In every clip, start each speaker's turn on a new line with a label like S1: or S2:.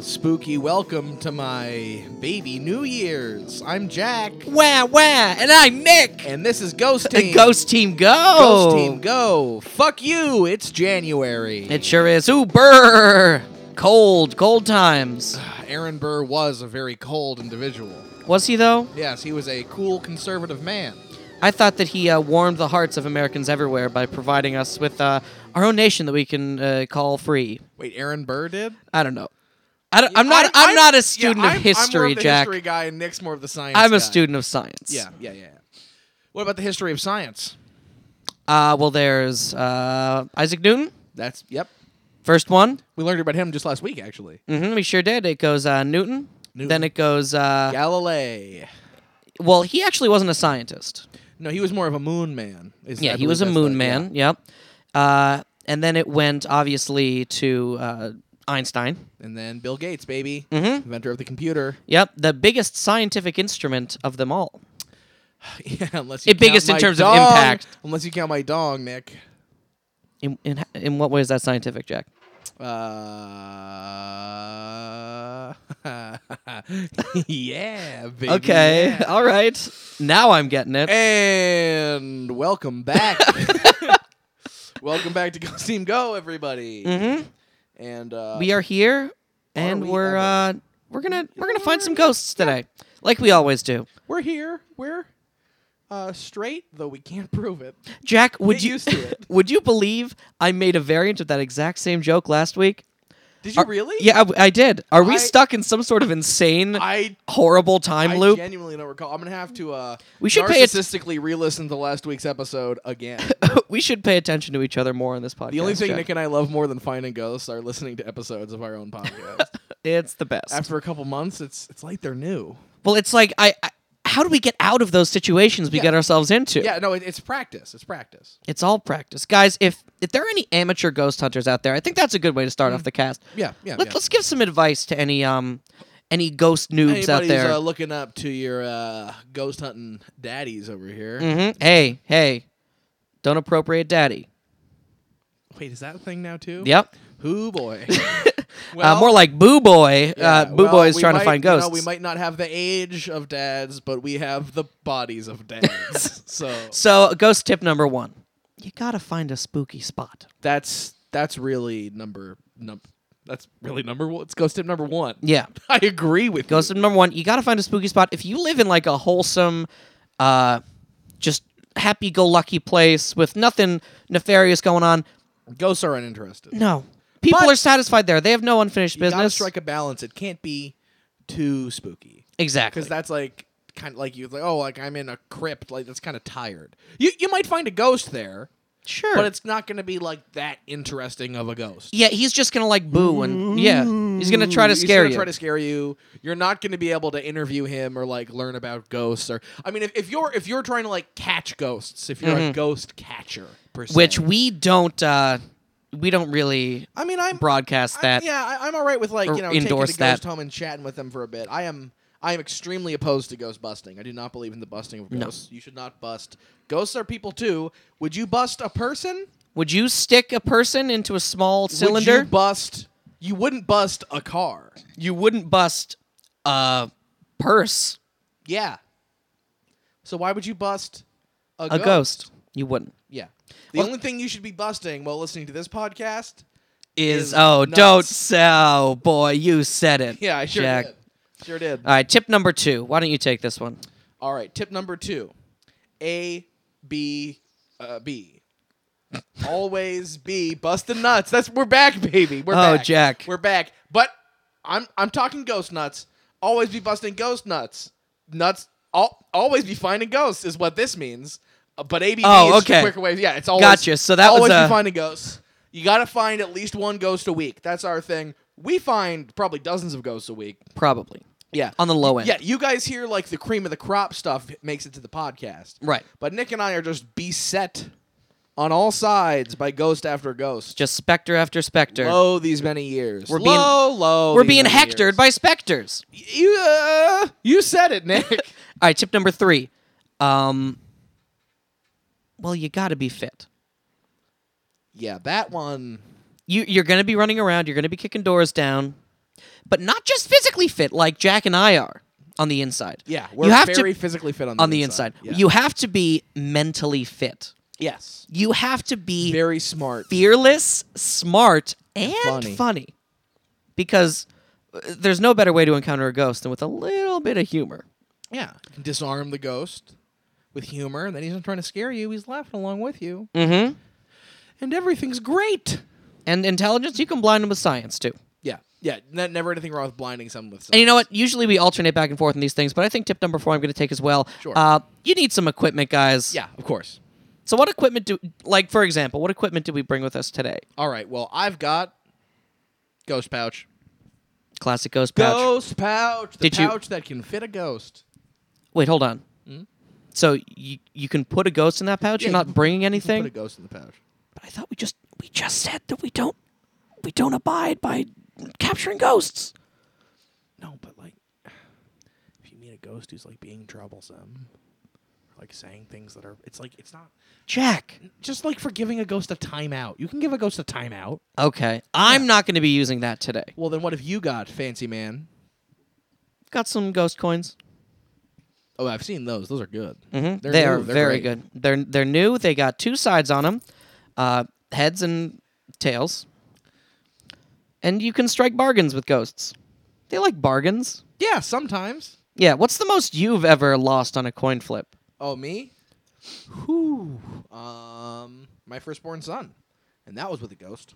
S1: spooky welcome to my baby New Year's. I'm Jack,
S2: Wah, wah. And I'm Nick.
S1: and this is Ghost
S2: The
S1: Team.
S2: Ghost Team Go.
S1: Ghost Team, go! Fuck you! It's January.
S2: It sure is. Ooh, brr. Cold, cold times.
S1: Uh, Aaron Burr was a very cold individual.
S2: Was he, though?
S1: Yes, he was a cool conservative man.
S2: I thought that he uh, warmed the hearts of Americans everywhere by providing us with uh, our own nation that we can uh, call free.
S1: Wait, Aaron Burr did?
S2: I don't know. I don't, I'm not. I'm, not a student
S1: yeah, I'm-
S2: of history,
S1: I'm more of the
S2: Jack.
S1: History guy, and Nick's more of the science.
S2: I'm
S1: guy.
S2: a student of science.
S1: Yeah, yeah, yeah. What about the history of science?
S2: Uh, well, there's uh, Isaac Newton.
S1: That's yep.
S2: First one.
S1: We learned about him just last week, actually.
S2: hmm we sure did. It goes uh, Newton.
S1: Newton.
S2: Then it goes. Uh,
S1: Galilei.
S2: Well, he actually wasn't a scientist.
S1: No, he was more of a moon man. is- I
S2: Yeah, he
S1: believe
S2: was a
S1: that's
S2: moon
S1: the-
S2: man. Yep. Uh, and then it went obviously to uh, Einstein.
S1: yeah. And then Bill Gates, baby,
S2: Mhm.
S1: inventor of the computer.
S2: Yep, the biggest scientific instrument of them all.
S1: yeah, unless you
S2: It biggest
S1: count
S2: in
S1: my
S2: terms of
S1: dong.
S2: impact.
S1: Unless you count my dong, Nick.
S2: In in, in what way is that scientific, Jack?
S1: Uh, yeah, baby.
S2: okay,
S1: yeah.
S2: all right. Now I'm getting it.
S1: And welcome back. welcome back to Ghost Team Go, everybody.
S2: hmm
S1: And uh,
S2: We are here, and
S1: we
S2: we're uh,
S1: ever?
S2: we're gonna we're gonna find some ghosts today, like we always do.
S1: we're here. We're uh, straight, though we can't prove it.
S2: Jack, would
S1: Get
S2: you
S1: used to it.
S2: would you believe I made a variant of that exact same joke last week?
S1: Did you
S2: Are-
S1: really?
S2: Yeah, I, I did. Are we
S1: I-
S2: stuck in some sort of insane,
S1: I
S2: horrible time
S1: I
S2: loop?
S1: genuinely don't recall. I'm gonna have to. Uh,
S2: We should pay it-
S1: narcissistically re-listen to last week's episode again.
S2: we should pay attention to each other more on this podcast.
S1: The only thing
S2: Jack.
S1: Nick and I love more than finding ghosts are listening to episodes of our own podcast.
S2: it's the best.
S1: After a couple months, it's it's like they're new.
S2: well, it's like I, I. How do we get out of those situations we
S1: Yeah.
S2: get ourselves into?
S1: Yeah, no, it, it's practice. It's practice.
S2: It's all practice, guys. If if there are any amateur ghost hunters out there, I think that's a good way to start off the cast.
S1: Mm. Yeah, yeah.
S2: Let,
S1: yeah.
S2: Let's give some advice to any um any ghost noobs out
S1: Anybody's
S2: there.
S1: Uh, looking up to your uh, ghost hunting daddies over here.
S2: Mhm. Hey, hey, don't appropriate daddy.
S1: Wait, is that a thing now too?
S2: Yep.
S1: Who boy?
S2: uh, more like boo boy. uh,
S1: yeah,
S2: boo
S1: well,
S2: boy is
S1: we
S2: trying
S1: might-
S2: to find
S1: you know,
S2: ghosts.
S1: we might not have the age of dads, but we have the bodies of dads. so
S2: So, ghost tip number one: you gotta find a spooky spot.
S1: that's that's really number num- that's really number one. It's ghost tip number one.
S2: Yeah,
S1: I agree with
S2: ghost
S1: you.
S2: tip number one: you gotta find a spooky spot. If you live in like a wholesome, uh, just happy-go-lucky place with nothing nefarious going on,
S1: Ghosts are uninterested.
S2: no, people
S1: But-
S2: are satisfied there. They have no unfinished
S1: You gotta
S2: business.
S1: strike a balance. It can't be too spooky
S2: exactly.
S1: because that's like kind of like you like oh like I'm in a crypt like that's kind of tired. You you might find a ghost there,
S2: sure.
S1: but it's not gonna be like that interesting of a ghost.
S2: yeah, he's just gonna like boo and yeah, he's gonna try to
S1: He's
S2: scare
S1: gonna
S2: you.
S1: Try to scare you. You're not gonna be able to interview him or like learn about ghosts or I mean if, if you're if you're trying to like catch ghosts if you're a ghost catcher per se.
S2: Mm-hmm. which we don't. uh We don't really
S1: I mean I'm
S2: broadcast that.
S1: I, yeah, I, I'm all right with like
S2: or
S1: you know
S2: endorse
S1: taking the ghost
S2: that.
S1: home and chatting with them for a bit. I am I am extremely opposed to ghost busting. I do not believe in the busting of ghosts. You should not bust. Ghosts are people too. Would you bust a person?
S2: Would you stick a person into a small
S1: Would
S2: cylinder?
S1: you bust? You wouldn't bust a car.
S2: you wouldn't bust a purse,
S1: Yeah. So why would you bust a,
S2: a
S1: ghost?
S2: ghost. You wouldn't.
S1: Yeah. The only thing you should be busting while listening to this podcast. Is
S2: Is, oh,
S1: nuts.
S2: don't sell, boy. You said it.
S1: Yeah, I sure
S2: Jack.
S1: did. Sure did.
S2: All right, tip number two. Why don't you take this one?
S1: All right, tip number two: A, B, uh, B. Always be busting nuts. That's we're back, baby. We're
S2: Oh,
S1: back.
S2: Jack.
S1: We're back. But I'm I'm talking ghost nuts. Always be busting ghost nuts. Nuts. Al- always be finding ghosts is what this means. Uh, but A B B
S2: Oh,
S1: is just
S2: okay.
S1: quicker ways. Yeah, it's always
S2: Gotcha. So that was
S1: always
S2: a-
S1: be finding ghosts. You got to find at least one ghost a week. That's our thing. We find probably dozens of ghosts a week.
S2: Probably
S1: Yeah.
S2: on the low end.
S1: Yeah, you guys hear like the cream of the crop stuff makes it to the podcast.
S2: Right.
S1: But Nick and I are just beset on all sides by ghost after ghost.
S2: Just specter after specter.
S1: Low these many years.
S2: We're being-
S1: low, low.
S2: We're
S1: these
S2: being
S1: many
S2: hectored by specters.
S1: years. You, uh, you said it, Nick.
S2: All right, tip number three. Um, well, you got to be fit.
S1: yeah, that one.
S2: You, you're going to be running around. You're going to be kicking doors down. but not just physically fit like Jack and I are on the inside.
S1: Yeah, we're
S2: you have
S1: very
S2: to
S1: physically fit on the
S2: on the
S1: inside.
S2: inside.
S1: Yeah.
S2: You have to be mentally fit.
S1: yes,
S2: You have to be
S1: very smart.
S2: fearless, smart, and
S1: Funny.
S2: funny. Because uh, there's no better way to encounter a ghost than with a little bit of humor.
S1: Yeah, you can disarm the ghost with humor, and then he's not trying to scare you. He's laughing along with you,
S2: Mm-hmm.
S1: and everything's great.
S2: And intelligence, you can blind them with science too.
S1: Yeah, yeah. Ne- never anything wrong with blinding someone with.
S2: And you know what? Usually we alternate back and forth on these things, but I think tip number four I'm going to take as well.
S1: Sure.
S2: Uh, you need some equipment, guys.
S1: yeah, of course.
S2: So what equipment do, like for example, what equipment do we bring with us today?
S1: All right. Well, I've got ghost pouch.
S2: Classic ghost pouch.
S1: Ghost pouch. The
S2: Did you-
S1: pouch that can fit a ghost.
S2: Wait, hold on. So you you can put a ghost in that pouch.
S1: Hmm? Yeah,
S2: You're
S1: you
S2: not
S1: can-
S2: bringing
S1: You can
S2: anything.
S1: Put a ghost in the pouch.
S2: But I thought we just we just said that we don't we don't abide by capturing ghosts.
S1: No, but like, if you meet a ghost who's like being troublesome, or, like saying things that are, it's like it's not
S2: Jack.
S1: just like for giving a ghost a timeout. You can give a ghost a timeout.
S2: Okay. I'm not going to be using that today.
S1: Well, then what have you got, fancy man?
S2: Got some ghost coins.
S1: Oh, I've seen those. Those are good.
S2: Mm-hmm.
S1: They're
S2: They're
S1: new. They're
S2: very
S1: great.
S2: good. They're they're new. They got two sides on them, uh, heads and tails. And you can strike bargains with ghosts. They like bargains.
S1: Yeah, sometimes.
S2: Yeah. What's the most you've ever lost on a coin flip?
S1: Oh, me? Whew. Um, my firstborn son. And that was with a ghost.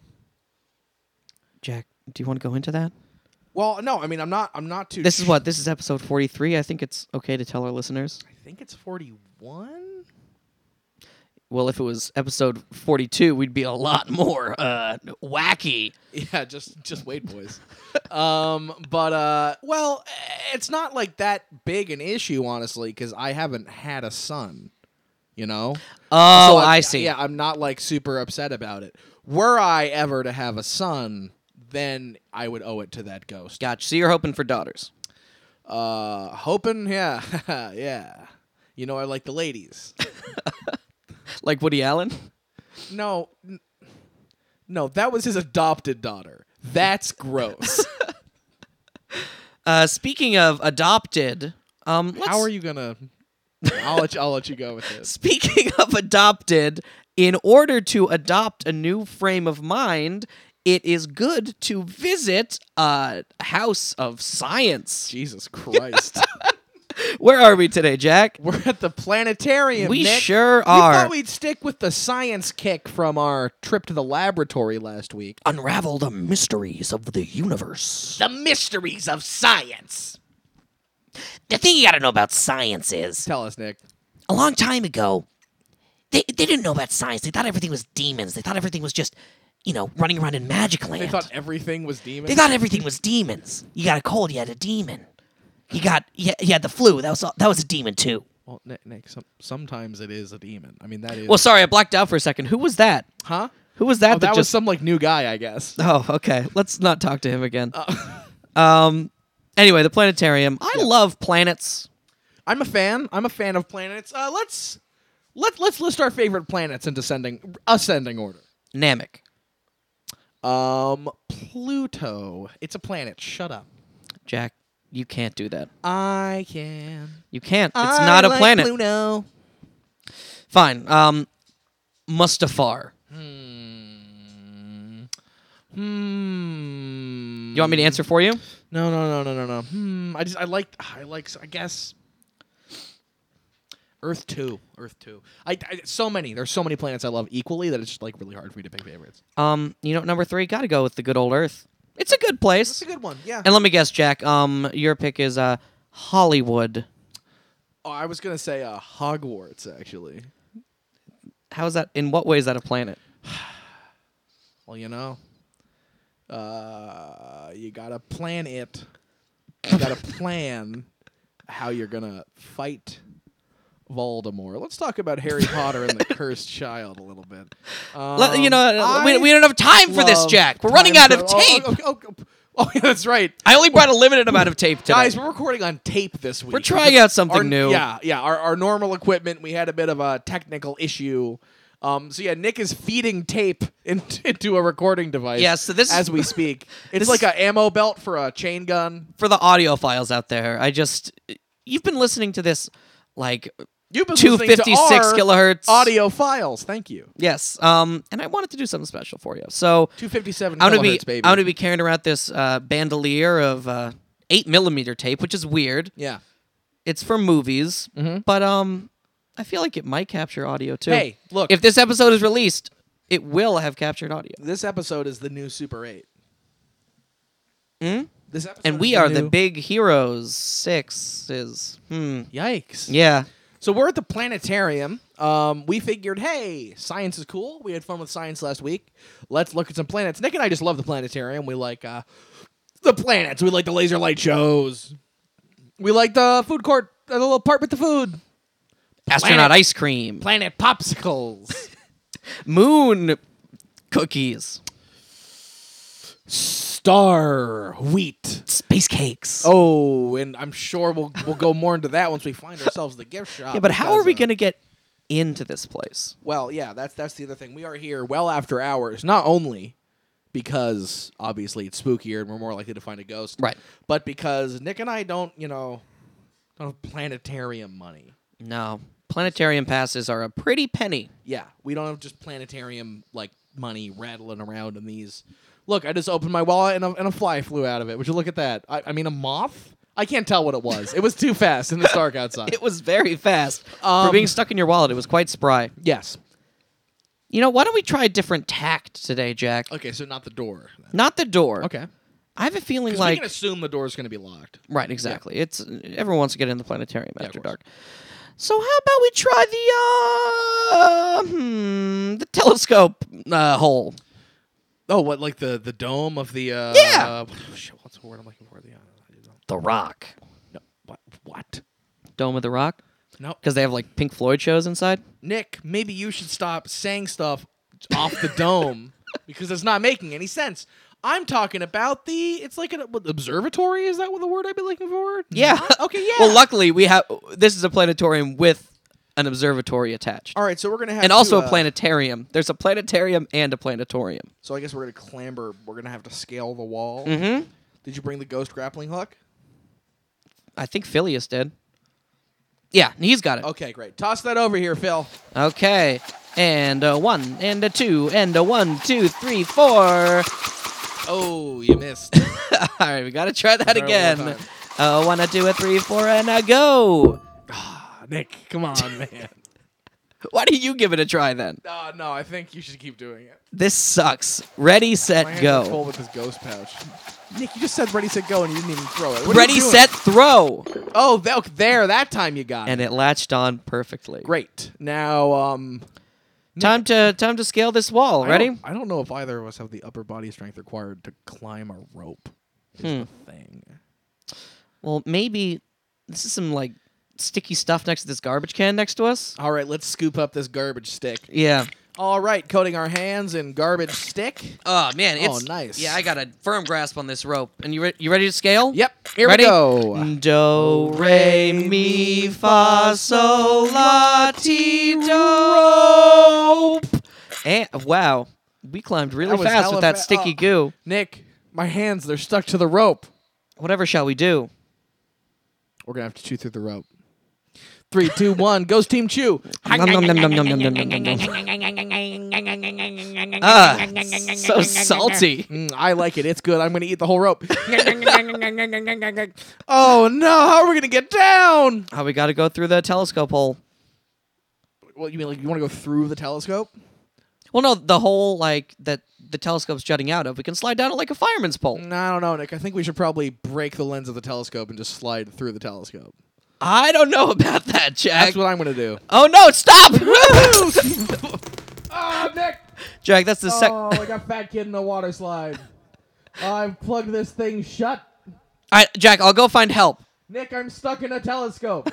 S2: Jack, do you want to go into that?
S1: Well, no, I mean, I'm not, I'm not too.
S2: This is what this is episode 43. I think it's okay to tell our listeners.
S1: I think it's 41?
S2: Well, if it was episode 42, we'd be a lot more uh wacky.
S1: Yeah, just just wait, boys. um, but uh, well, it's not like that big an issue, honestly, because I haven't had a son. You know.
S2: Oh,
S1: So I'm-
S2: I see.
S1: Yeah, I'm not like super upset about it. Were I ever to have a son, then I would owe it to that ghost.
S2: Gotcha. So you're hoping for daughters.
S1: Uh, hoping, yeah, yeah. You know, I like the ladies.
S2: Like Woody Allen?
S1: No, n- no, that was his adopted daughter. That's gross.
S2: Uh speaking of adopted, um let's,
S1: How are you gonna? I'll let you, I'll let you go with this.
S2: Speaking of adopted, in order to adopt a new frame of mind, it is good to visit a house of science.
S1: Jesus Christ.
S2: Where are we today, Jack?
S1: We're at the planetarium.
S2: We
S1: Nick.
S2: sure
S1: You
S2: are.
S1: thought we'd stick with the science kick from our trip to the laboratory last week.
S2: unravel the mysteries of the universe.
S1: The mysteries of science.
S3: The thing you gotta know about science is
S1: Tell us, Nick.
S3: a long time ago, they, they didn't know about science. They thought everything was demons. They thought everything was just, you know, running around in magic land.
S1: They thought everything was demons.
S3: They thought everything was demons. You got a cold, you had a demon. You got you, you had the flu. That was all, that was a demon too.
S1: well, Nick, Nick some, sometimes it is a demon. I mean, that is.
S2: Well, sorry, I blacked out for a second. Who was that?
S1: huh?
S2: Who was that?
S1: Oh, that was
S2: just.
S1: some like new guy, I guess.
S2: Oh, okay. Let's not talk to him again.
S1: Oh.
S2: um. Anyway, the planetarium. I love planets.
S1: I'm a fan. I'm a fan of planets. Uh, let's let let's list our favorite planets in descending ascending order.
S2: Namek.
S1: Um, Pluto. It's a planet. Shut up.
S2: Jack, you can't do that.
S1: I can.
S2: You can't. It's not a planet.
S1: Pluto.
S2: Fine. Um. Mustafar.
S1: Hmm.
S2: You want me to answer for you?
S1: No, no, no, no, no, no. Hmm. I just I like I like I guess Earth two, Earth two. I, I so many. There's so many planets I love equally that it's just like really hard for me to pick favorites.
S2: Um. You know, number three. Got to go with the good old Earth. It's a good place.
S1: It's a good one. Yeah.
S2: And let me guess, Jack. Um, your pick is uh Hollywood.
S1: Oh, I was gonna say uh, Hogwarts actually.
S2: How is that? In what way is that a planet?
S1: Well, you know, uh, you gotta plan it. You gotta plan how you're gonna fight Voldemort. Let's talk about Harry Potter and the Cursed Child a little bit.
S2: Let- you know,
S1: Um,
S2: we,
S1: I
S2: we don't have time for this,
S1: love
S2: Jack. We're running out
S1: time
S2: of
S1: travel- oh,
S2: tape.
S1: Oh, oh, oh, oh, yeah, that's right.
S2: I only brought a limited amount of tape today.
S1: Guys, we're recording on tape this week.
S2: We're trying out something
S1: Our-
S2: new.
S1: Yeah, yeah. Our, our normal equipment, we had a bit of a technical issue. Um, so yeah, Nick is feeding tape in- into a recording device.
S2: Yeah, so this is-
S1: as we speak, it's
S2: this
S1: like
S2: is-
S1: a ammo belt for a chain gun.
S2: For the audio files out there, I just you've been listening to this like
S1: You've been listening to
S2: 256
S1: our
S2: kilohertz
S1: audio files. Thank you.
S2: Yes. Um, and I wanted to do something special for you. So
S1: Two fifty seven
S2: I'm gonna be
S1: kilohertz, baby.
S2: I'm gonna be carrying around this uh, bandolier of uh, eight millimeter tape, which is weird.
S1: yeah.
S2: It's for movies, but um, I feel like it might capture audio too.
S1: Mm-hmm. Hey, look.
S2: if this episode is released, it will have captured audio,
S1: This episode is the new Super Eight. This episode
S2: Hmm? and
S1: is
S2: we are the
S1: new-
S2: big heroes. Six is hmm.
S1: yikes.
S2: Yeah.
S1: So we're at the planetarium. Um, we figured, hey, science is cool. We had fun with science last week. Let's look at some planets. Nick and I just love the planetarium. We like uh, the planets. We like the laser light shows. We like the food court, uh, the little part with the food.
S2: Astronaut ice cream,
S1: Planet popsicles.
S2: moon cookies,
S1: Star wheat.
S3: Space cakes.
S1: Oh, and I'm sure we'll we'll go more into that once we find ourselves the gift shop.
S2: Yeah, but how are we
S1: because, uh,
S2: going to get into this place?
S1: Well, yeah, that's that's the other thing. We are here well after hours, not only because obviously it's spookier and we're more likely to find a ghost,
S2: Right.
S1: But because Nick and I don't, you know, don't have planetarium money.
S2: No. Planetarium passes are a pretty penny.
S1: Yeah, we don't have just planetarium like money rattling around in these. Look, I just opened my wallet and a, and a fly flew out of it. Would you look at that? I, I mean, a moth. I can't tell what it was. It was too fast and it's dark outside.
S2: It was very fast.
S1: Um,
S2: For being stuck in your wallet, it was quite spry.
S1: yes.
S2: You know, why don't we try a different tact today, Jack?
S1: Okay, so not the door.
S2: Not the door.
S1: Okay.
S2: I have a feeling
S1: 'Cause we
S2: like
S1: can assume the door's going to be locked.
S2: right, exactly. It's everyone wants to get in the planetarium
S1: of
S2: after
S1: course.
S2: dark. So how about we try the uh, hmm, the telescope uh, hole?
S1: Oh, what like the the dome of the uh,
S2: Yeah!
S1: uh, shit, what's the word I'm looking for? The uh,
S3: The Rock.
S1: no, what, what?
S2: Dome of the Rock,
S1: No,
S2: because they have like Pink Floyd shows inside.
S1: Nick, maybe you should stop saying stuff off the dome because it's not making any sense. I'm talking about the it's like an what, observatory. Is that what the word I've been looking for?
S2: Yeah.
S1: Not- Okay. Yeah.
S2: Well, luckily we have. This is a planetarium with an observatory attached,
S1: All right. So we're gonna have
S2: and also
S1: to,
S2: a
S1: uh,
S2: planetarium. There's a planetarium and a planetarium.
S1: So I guess we're gonna clamber. We're gonna have to scale the wall.
S2: Mm-hmm.
S1: Did you bring the ghost grappling hook?
S2: I think Phileas did. Yeah, he's got it.
S1: Okay, great. Toss that over here, Phil.
S2: Okay, and a one, and a two, and a one, two, three, four.
S1: Oh, you missed.
S2: All right, we gotta try that
S1: Try it one more
S2: again. Uh, one, a two, a three, four, and a go.
S1: Nick, come on, man.
S2: Why do you give it a try then?
S1: Uh, no, I think you should keep doing it.
S2: This sucks. Ready,
S1: My
S2: set,
S1: hands are
S2: go.
S1: full with this ghost pouch. Nick, you just said ready, set, go, and you didn't even throw it. What are you
S2: Ready,
S1: doing?
S2: set, throw.
S1: Oh, th- okay, there. That time you got
S2: And
S1: it.
S2: it latched on perfectly.
S1: Great. Now, um,
S2: Time to time to scale this wall.
S1: I
S2: Ready?
S1: don't- I don't, know if either of us have the upper body strength required to climb a rope. Is
S2: Hmm.
S1: the thing.
S2: Well, maybe this is some like sticky stuff next to this garbage can next to us.
S1: All right, let's scoop up this garbage stick.
S2: Yeah.
S1: All right, coating our hands in garbage stick.
S2: Oh man, it's
S1: nice.
S2: Yeah, I got a firm grasp on this rope. And you re- you ready to scale?
S1: Yep. Here
S2: ready? Mm.
S1: we go.
S2: Do re mi fa sol la ti do. And wow, we climbed really
S1: That was
S2: fast
S1: hella
S2: with that
S1: fa-
S2: sticky
S1: oh.
S2: goo.
S1: Nick, my hands, they're stuck to the rope.
S2: Whatever shall we do?
S1: We're going to have to chew through the rope. Three, two, one. Ghost team chew.
S2: Nom, nom, nom, nom, nom, nom, nom, nom, nom, nom. Ah, so salty.
S1: Mm, I like it. It's good. I'm going to eat the whole rope. Oh no! How are we gonna get down?
S2: Oh, we got to go through the telescope hole.
S1: Well, you mean like you want to go through the telescope?
S2: Well, no, the hole like that the telescope's jutting out of. We can slide down it like a fireman's pole.
S1: No, I don't know, Nick. I think we should probably break the lens of the telescope and just slide through the telescope.
S2: I don't know about that, Jack.
S1: That's what I'm gonna do.
S2: oh no! Stop,
S1: Ah, Nick!
S2: Jack. That's the sec.
S1: Oh, like a fat kid in a water slide. I've plugged this thing shut.
S2: All right, Jack, I'll go find help.
S1: Nick, I'm stuck in a telescope.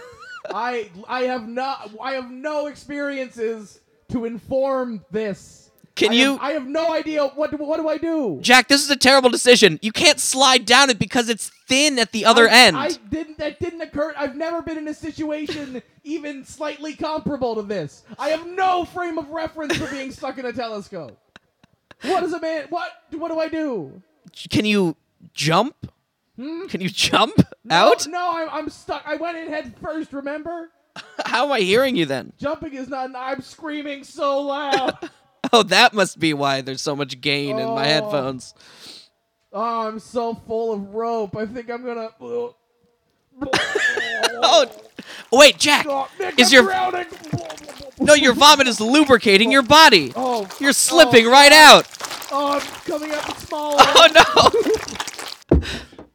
S1: I I have not I have no experiences to inform this.
S2: Can
S1: I have-
S2: you-
S1: I have no idea what do- what do I do?
S2: Jack, this is a terrible decision. You can't slide down it because it's thin at the other
S1: I-
S2: end.
S1: I didn't. That didn't occur. I've never been in a situation even slightly comparable to this. I have no frame of reference for being stuck in a telescope. What is a man? What? What do I do?
S2: Can you jump? Can you jump out?
S1: Hmm? No, no I'm, I'm stuck. I went in head first. Remember,
S2: How am I hearing you then?
S1: jumping is not. an- I'm screaming so loud.
S2: Oh, that must be why there's so much gain in my
S1: Oh.
S2: headphones.
S1: oh, I'm so full of rope. I think I'm gonna.
S2: Oh, wait, Jack.
S1: Oh, Nick,
S2: Is
S1: I'm
S2: your-
S1: drowning.
S2: No, your vomit is lubricating your body.
S1: Oh,
S2: You're slipping
S1: oh,
S2: right out.
S1: Oh, I'm coming up small.
S2: Oh no.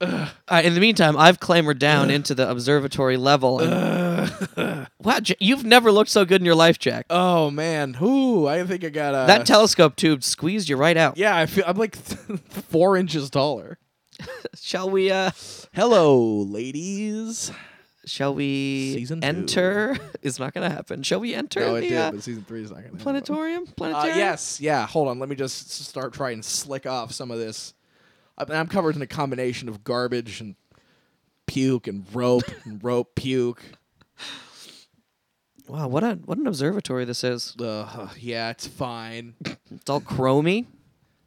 S2: All right, in the meantime, I've clambered down into the observatory level. And... wow, J- you've never looked so good in your life, Jack.
S1: Oh man, whoo! I think I got a
S2: that telescope tube squeezed you right out.
S1: yeah, I feel I'm like four inches taller.
S2: Shall we? uh
S1: Hello, ladies.
S2: Shall we
S1: Season two.
S2: enter? it's not going to happen. Shall we enter
S1: No, it
S2: the
S1: did,
S2: uh,
S1: but season three is not gonna. happen.
S2: planetarium?
S1: Uh,
S2: Planetarium.
S1: yes, yeah. Hold on, let me just s- start trying to slick off some of this. I mean, I'm covered in a combination of garbage and puke and rope and rope puke.
S2: Wow, what a what an observatory this is.
S1: Uh, yeah, it's fine.
S2: It's all chromy.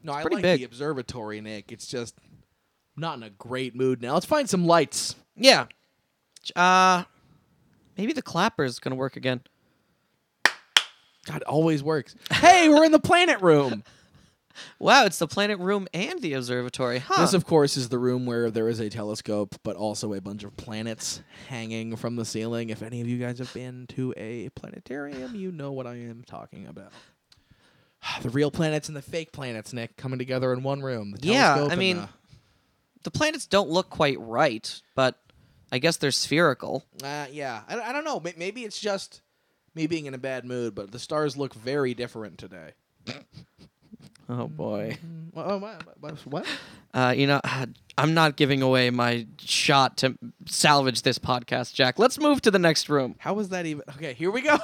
S1: No, I
S2: pretty
S1: like
S2: big.
S1: the observatory, Nick. It's just I'm not in a great mood now. Let's find some lights.
S2: Yeah. Uh maybe the clapper is going to work again.
S1: God, it always works. Hey, we're in the planet room.
S2: Wow, it's the planet room and the observatory. Huh.
S1: This, of course, is the room where there is a telescope, but also a bunch of planets hanging from the ceiling. If any of you guys have been to a planetarium, you know what I am talking about. The real planets and the fake planets, Nick, coming together in one room. The
S2: Yeah,
S1: telescope
S2: I
S1: and
S2: mean, the planets don't look quite right, but I guess they're spherical.
S1: the- uh, yeah. I, I don't know. May- Maybe it's just me being in a bad mood, but the stars look very different today.
S2: Oh boy.
S1: What? oh, what, what, what?
S2: Uh, you know, I'm not giving away my shot to salvage this podcast, Jack. Let's move to the next room.
S1: How was that even? Okay, here we go.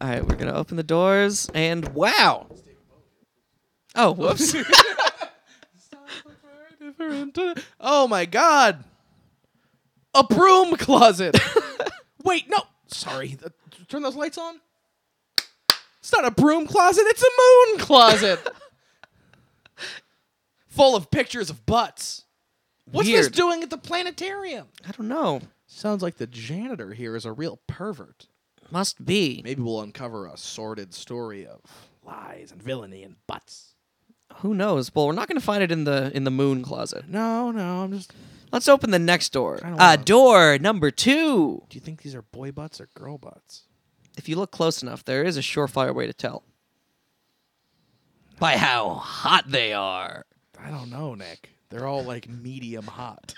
S2: All right, we're gonna open the doors, and wow. Oh, whoops.
S1: oh my god. A broom closet. Wait, no. Sorry. Th- Turn those lights on. It's not a broom closet, it's a moon closet. Full of pictures of butts. What's this
S2: Weird.
S1: doing at the planetarium?
S2: I don't know.
S1: Sounds like the janitor here is a real pervert.
S2: Must be.
S1: Maybe we'll uncover a sordid story of lies and villainy and butts.
S2: Who knows? Well, we're not gonna find it in the in the moon closet.
S1: No, no, I'm just. Do
S2: Let's open the next door.
S1: Kinda
S2: Uh,
S1: wanna-
S2: door number two.
S1: you think these are boy butts or girl butts?
S2: If you look close enough, there is a surefire way to tell.
S3: by how hot they are.
S1: I don't know, Nick. They're all like medium hot.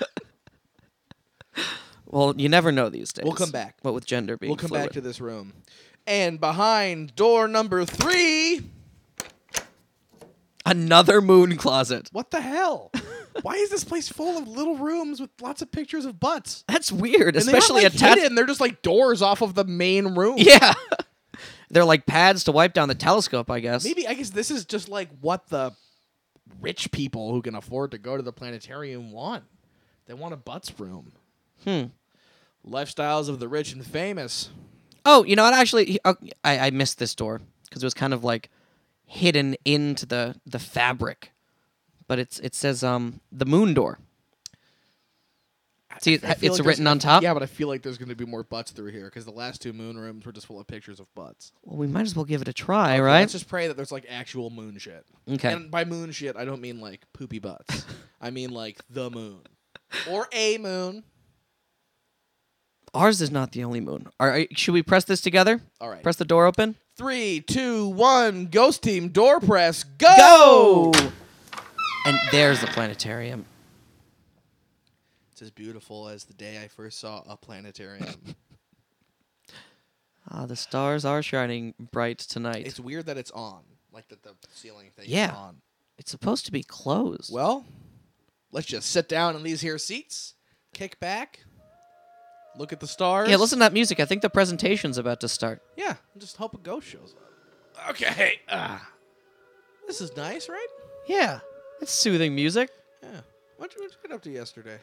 S2: Well, you never know these days.
S1: We'll come back.
S2: What with gender being
S1: we'll come back
S2: fluid.
S1: to this room. And behind door number three,
S2: another moon closet.
S1: what the hell? Why is this place full of little rooms with lots of pictures of butts?
S2: That's weird,
S1: And
S2: especially
S1: they're not, like,
S2: attached.
S1: hidden. They're just like doors off of the main room.
S2: Yeah, they're like pads to wipe down the telescope. I guess.
S1: Maybe I guess this is just like what the rich people who can afford to go to the planetarium want. They want a butts room. Hmm. Lifestyles of the rich and famous.
S2: Oh, you know what? Actually, he- oh, I, I missed this door because it was kind of like hidden into the the fabric. But it's it says um the moon door. See,
S1: I feel
S2: it's
S1: like
S2: written
S1: there's-
S2: on top.
S1: Yeah, but I feel like there's going to be more butts through here because the last two moon rooms were just full of pictures of butts.
S2: Well, we might as well give it a try, right?
S1: Let's just pray that there's like actual moon shit.
S2: Okay.
S1: And by moon shit, I don't mean like poopy butts. I mean like the moon or a moon.
S2: Ours is not the only moon. All right, should we press this together?
S1: All right.
S2: Press the door open.
S1: Three, two, one. Ghost team door press. Go.
S2: And there's the planetarium.
S1: It's as beautiful as the day I first saw a planetarium.
S2: Ah, the stars are shining bright tonight.
S1: it's
S2: It's,
S1: weird that it's on, like that the ceiling thing.
S2: Yeah.
S1: Is on.
S2: supposed to be closed.
S1: Well, let's just sit down in these here seats, kick back, look at the stars.
S2: yeah, listen to that music. I think the presentation's about to start.
S1: Yeah, just hope a ghost shows up. Okay. uh, ah. This is nice, right?
S2: Yeah, it's soothing music.
S1: Yeah. What you, what you get up to yesterday?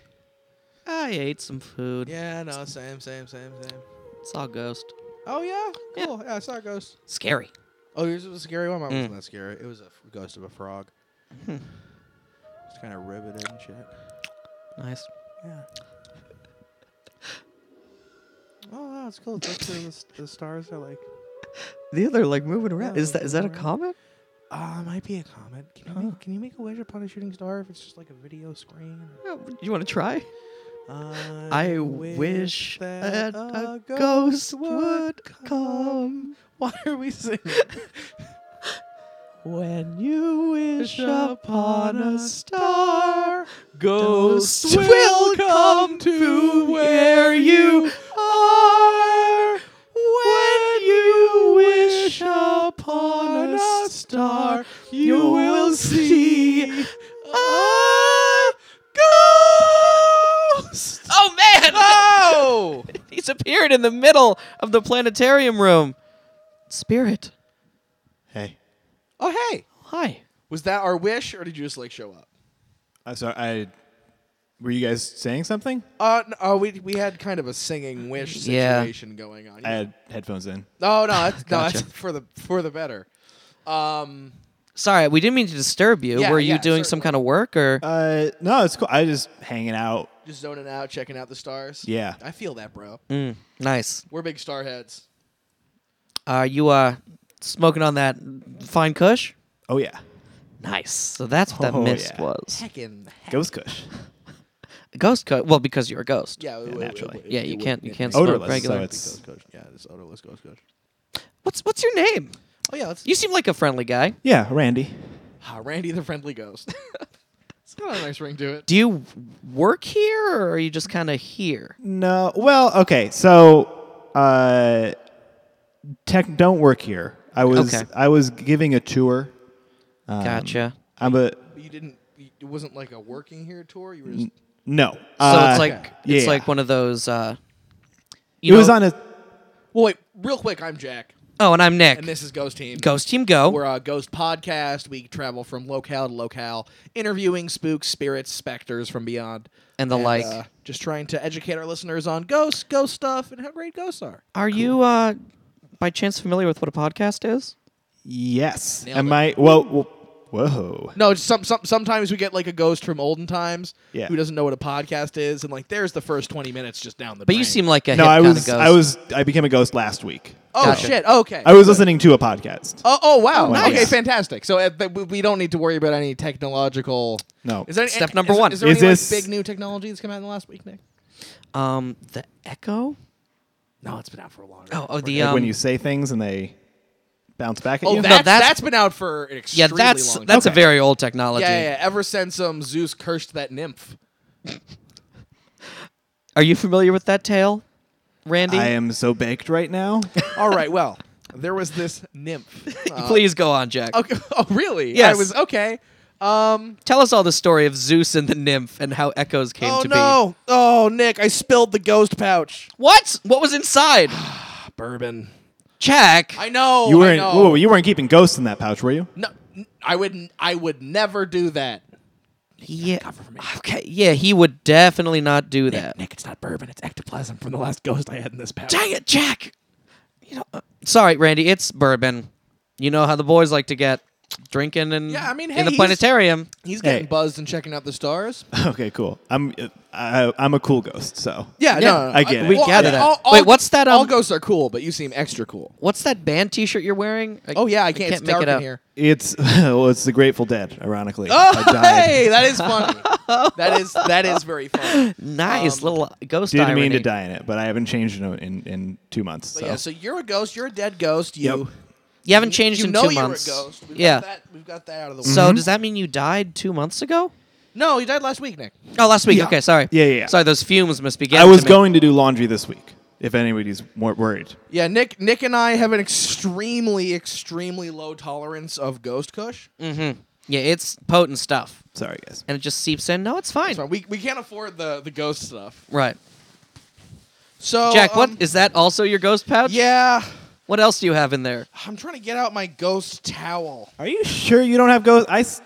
S2: I ate some food.
S1: Yeah, no, same, same, same, same.
S2: Saw a ghost.
S1: Oh yeah, cool. Yeah, I saw a ghost.
S3: Scary.
S1: Oh, yours was a scary one. Mine wasn't that scary. It was a f- ghost of a frog. Hmm. it's kind of riveted and shit.
S2: Nice.
S1: Yeah. Oh, wow, it's cool. It's like the, s- the stars are like.
S2: The other like moving around.
S1: Yeah,
S2: Is that is that a comet?
S1: Ah, it might be a comet. Can you, make, can you make a wish upon a shooting star if it's just like a video screen?
S2: Oh, You want to try?
S1: I,
S2: I wish that a ghost would come
S1: Why are we singing?
S2: when you wish
S1: upon a star.
S2: Ghosts will come to where you are when you wish upon a star. You will see a ghost.
S3: Oh man!
S1: Oh!
S2: He's appeared in the middle of the planetarium room. Spirit,
S4: Hey,
S1: oh, hey.
S2: hi.
S1: Was that our wish, or did you just like show up?
S4: I sorry. Uh, I were you guys saying something?
S1: Uh, n- oh, we we had kind of a singing wish
S2: Yeah.
S1: situation going on.
S4: I had headphones in.
S1: No, no, that's, no,
S2: Gotcha.
S1: that's for the for the better. Um,
S2: Sorry, we didn't mean to disturb you.
S1: Yeah,
S2: Were you
S1: yeah,
S2: doing some
S1: certainly.
S2: kind of work or?
S4: Uh, no, it's cool. I just hanging out.
S1: just zoning out, checking out the stars.
S4: Yeah.
S1: I feel that, bro.
S2: Mm, nice.
S1: We're big star heads.
S2: Are you uh smoking on that fine Kush?
S4: Oh yeah,
S2: Nice. So that's what that
S4: Oh,
S2: mist
S4: yeah.
S2: was.
S1: Heckin' heck.
S4: Ghost Kush.
S2: Ghost Kush. Well, because you're a ghost.
S1: Yeah, it- it-
S4: naturally.
S1: it-
S2: Yeah,
S1: it
S2: you
S1: would-
S2: can't- you
S1: it
S2: can't
S1: makes
S2: smoke
S1: sense.
S4: Odorless, so
S2: regular.
S4: it's-
S1: Ghost coach. Yeah, it's odorless ghost coach.
S2: What's What's your name?
S1: Oh yeah, that's
S2: You seem like a friendly guy.
S4: Yeah, Randy.
S1: ah, Randy the friendly ghost. it's got a nice ring to it.
S2: Do you work here, or are you just kind of here?
S4: No. Well, okay. So, uh, tech don't work here. I was
S2: Okay.
S4: I was giving a tour. Um,
S2: Gotcha.
S4: I'm a
S1: But you didn't. you- It wasn't like a working here tour. You were
S2: Mm.
S1: just.
S4: no.
S2: So
S4: Uh,
S2: it's like it's
S4: yeah.
S2: like one of those. Uh,
S4: It
S2: you
S4: was
S2: know-
S4: on a.
S1: Well, wait, real quick. I'm Jack,
S2: Oh, and I'm Nick.
S1: and this is Ghost Team.
S2: Ghost Team Go.
S1: We're a ghost podcast. We travel from locale to locale, interviewing spooks, spirits, specters from beyond, uh,
S2: And the like.
S4: uh,
S1: just trying to educate our listeners on ghosts, ghost stuff, and how great ghosts are.
S2: Are you uh, by chance familiar with what a podcast is?
S4: Yes.
S1: Nailed
S4: Am
S1: it.
S4: I? Whoa. whoa Whoa.
S1: No, it's some, some sometimes we get like a ghost from olden times
S4: Yeah.
S1: who doesn't know what a podcast is, and like there's the first twenty minutes just down the.
S2: But you
S1: drain.
S2: seem like a
S4: No,
S2: hip
S4: I
S2: kind
S4: was
S2: of ghost.
S4: I was I became a ghost last week.
S1: Oh
S2: Gotcha.
S1: shit! Okay.
S4: I was listening to a podcast.
S1: Oh, oh wow!
S4: nice.
S1: Okay, fantastic. So uh, but we- we don't need to worry about any technological.
S4: No.
S1: Is there any,
S2: Step number
S1: is-
S2: one.
S1: Is there
S4: Is
S1: any like,
S4: this-
S1: big new technology that's come out in the last week, Nick?
S2: um the Echo.
S1: No, it's been out for a long.
S2: Oh, oh the
S4: like
S2: um,
S4: when you say things and they bounce back at
S1: Oh,
S4: you.
S1: that's,
S2: that's-
S1: that's been out for an
S2: yeah
S1: extremely
S2: that's
S1: long
S2: that's
S1: time.
S2: a very old technology.
S1: yeah, yeah, yeah. Ever since um, Zeus cursed that nymph.
S2: Are you familiar with that tale, Randy?
S4: I am so baked right now.
S1: All right, well, there was this nymph. Uh,
S2: Please go on, Jack.
S1: Okay. Oh, really?
S2: Yes.
S1: I was okay. Um.
S2: Tell us all the story of Zeus and the nymph and how echoes came
S1: oh
S2: to be.
S1: no! Oh, Nick, I spilled the ghost pouch.
S2: What? What was inside?
S1: Bourbon.
S2: Jack.
S1: I know.
S4: You
S1: I
S4: weren't
S1: know.
S4: whoa, you weren't keeping ghosts in that pouch, were you?
S1: No, n- I would. n- I would never do that.
S2: yeah. Okay. Yeah, he would definitely not do that.
S1: Nick, it's not bourbon. It's ectoplasm from the last ghost I had in this pouch.
S2: Dang it, Jack. You know, uh, sorry, Randy. It's bourbon. You know how the boys like to get drinking and
S1: Yeah, I mean, hey,
S2: in the
S1: he's-
S2: planetarium.
S1: He's
S4: Hey.
S1: getting buzzed and checking out the stars.
S4: Okay, cool. I'm uh, I, I'm a cool ghost, so
S1: Yeah,
S2: Yeah,
S1: no, no, no.
S4: I get it.
S2: We
S4: Well,
S2: gather
S4: yeah.
S2: that.
S1: all- all-
S2: Wait, what's that?
S1: all
S2: Um,
S1: ghosts are cool, but you seem extra cool.
S2: what's that band T-shirt you're wearing?
S1: Oh yeah, I can't. it's
S2: can't make
S1: dark
S2: it
S1: in
S2: out.
S1: here.
S4: It's well, it's the Grateful Dead, ironically.
S1: Oh,
S4: I died.
S1: hey, that is funny. that is that is very funny.
S2: nice
S1: um,
S2: little ghost
S4: Didn't
S2: irony.
S4: mean to die in it, but I haven't changed in in, in two months.
S1: But
S4: So.
S1: yeah, so you're a ghost. You're a dead ghost. You
S2: You haven't changed
S1: you
S2: in
S1: know
S2: two
S1: you're
S2: months.
S1: a ghost. We've
S2: yeah.
S1: got that, we've got that out of the way.
S2: So does that mean you died two months ago?
S1: no, you died last week, Nick.
S2: Oh, last week.
S4: Yeah.
S2: Okay, sorry.
S4: Yeah, yeah, yeah.
S2: Sorry, those fumes must be getting.
S4: I was
S2: to me.
S4: going to do laundry this week. If anybody's wor- worried,
S1: Yeah, Nick. Nick and I have an extremely, extremely low tolerance of ghost kush.
S2: Hmm. Yeah, it's potent stuff,
S4: sorry guys.
S2: and it just seeps in. No, it's fine.
S1: So we we can't afford the the ghost stuff.
S2: Right,
S1: So
S2: Jack.
S1: um,
S2: what is that? Also, your ghost pouch?
S1: Yeah,
S2: What else do you have in there?
S1: I'm trying to get out my ghost towel.
S4: Are you sure you don't have ghosts? I s-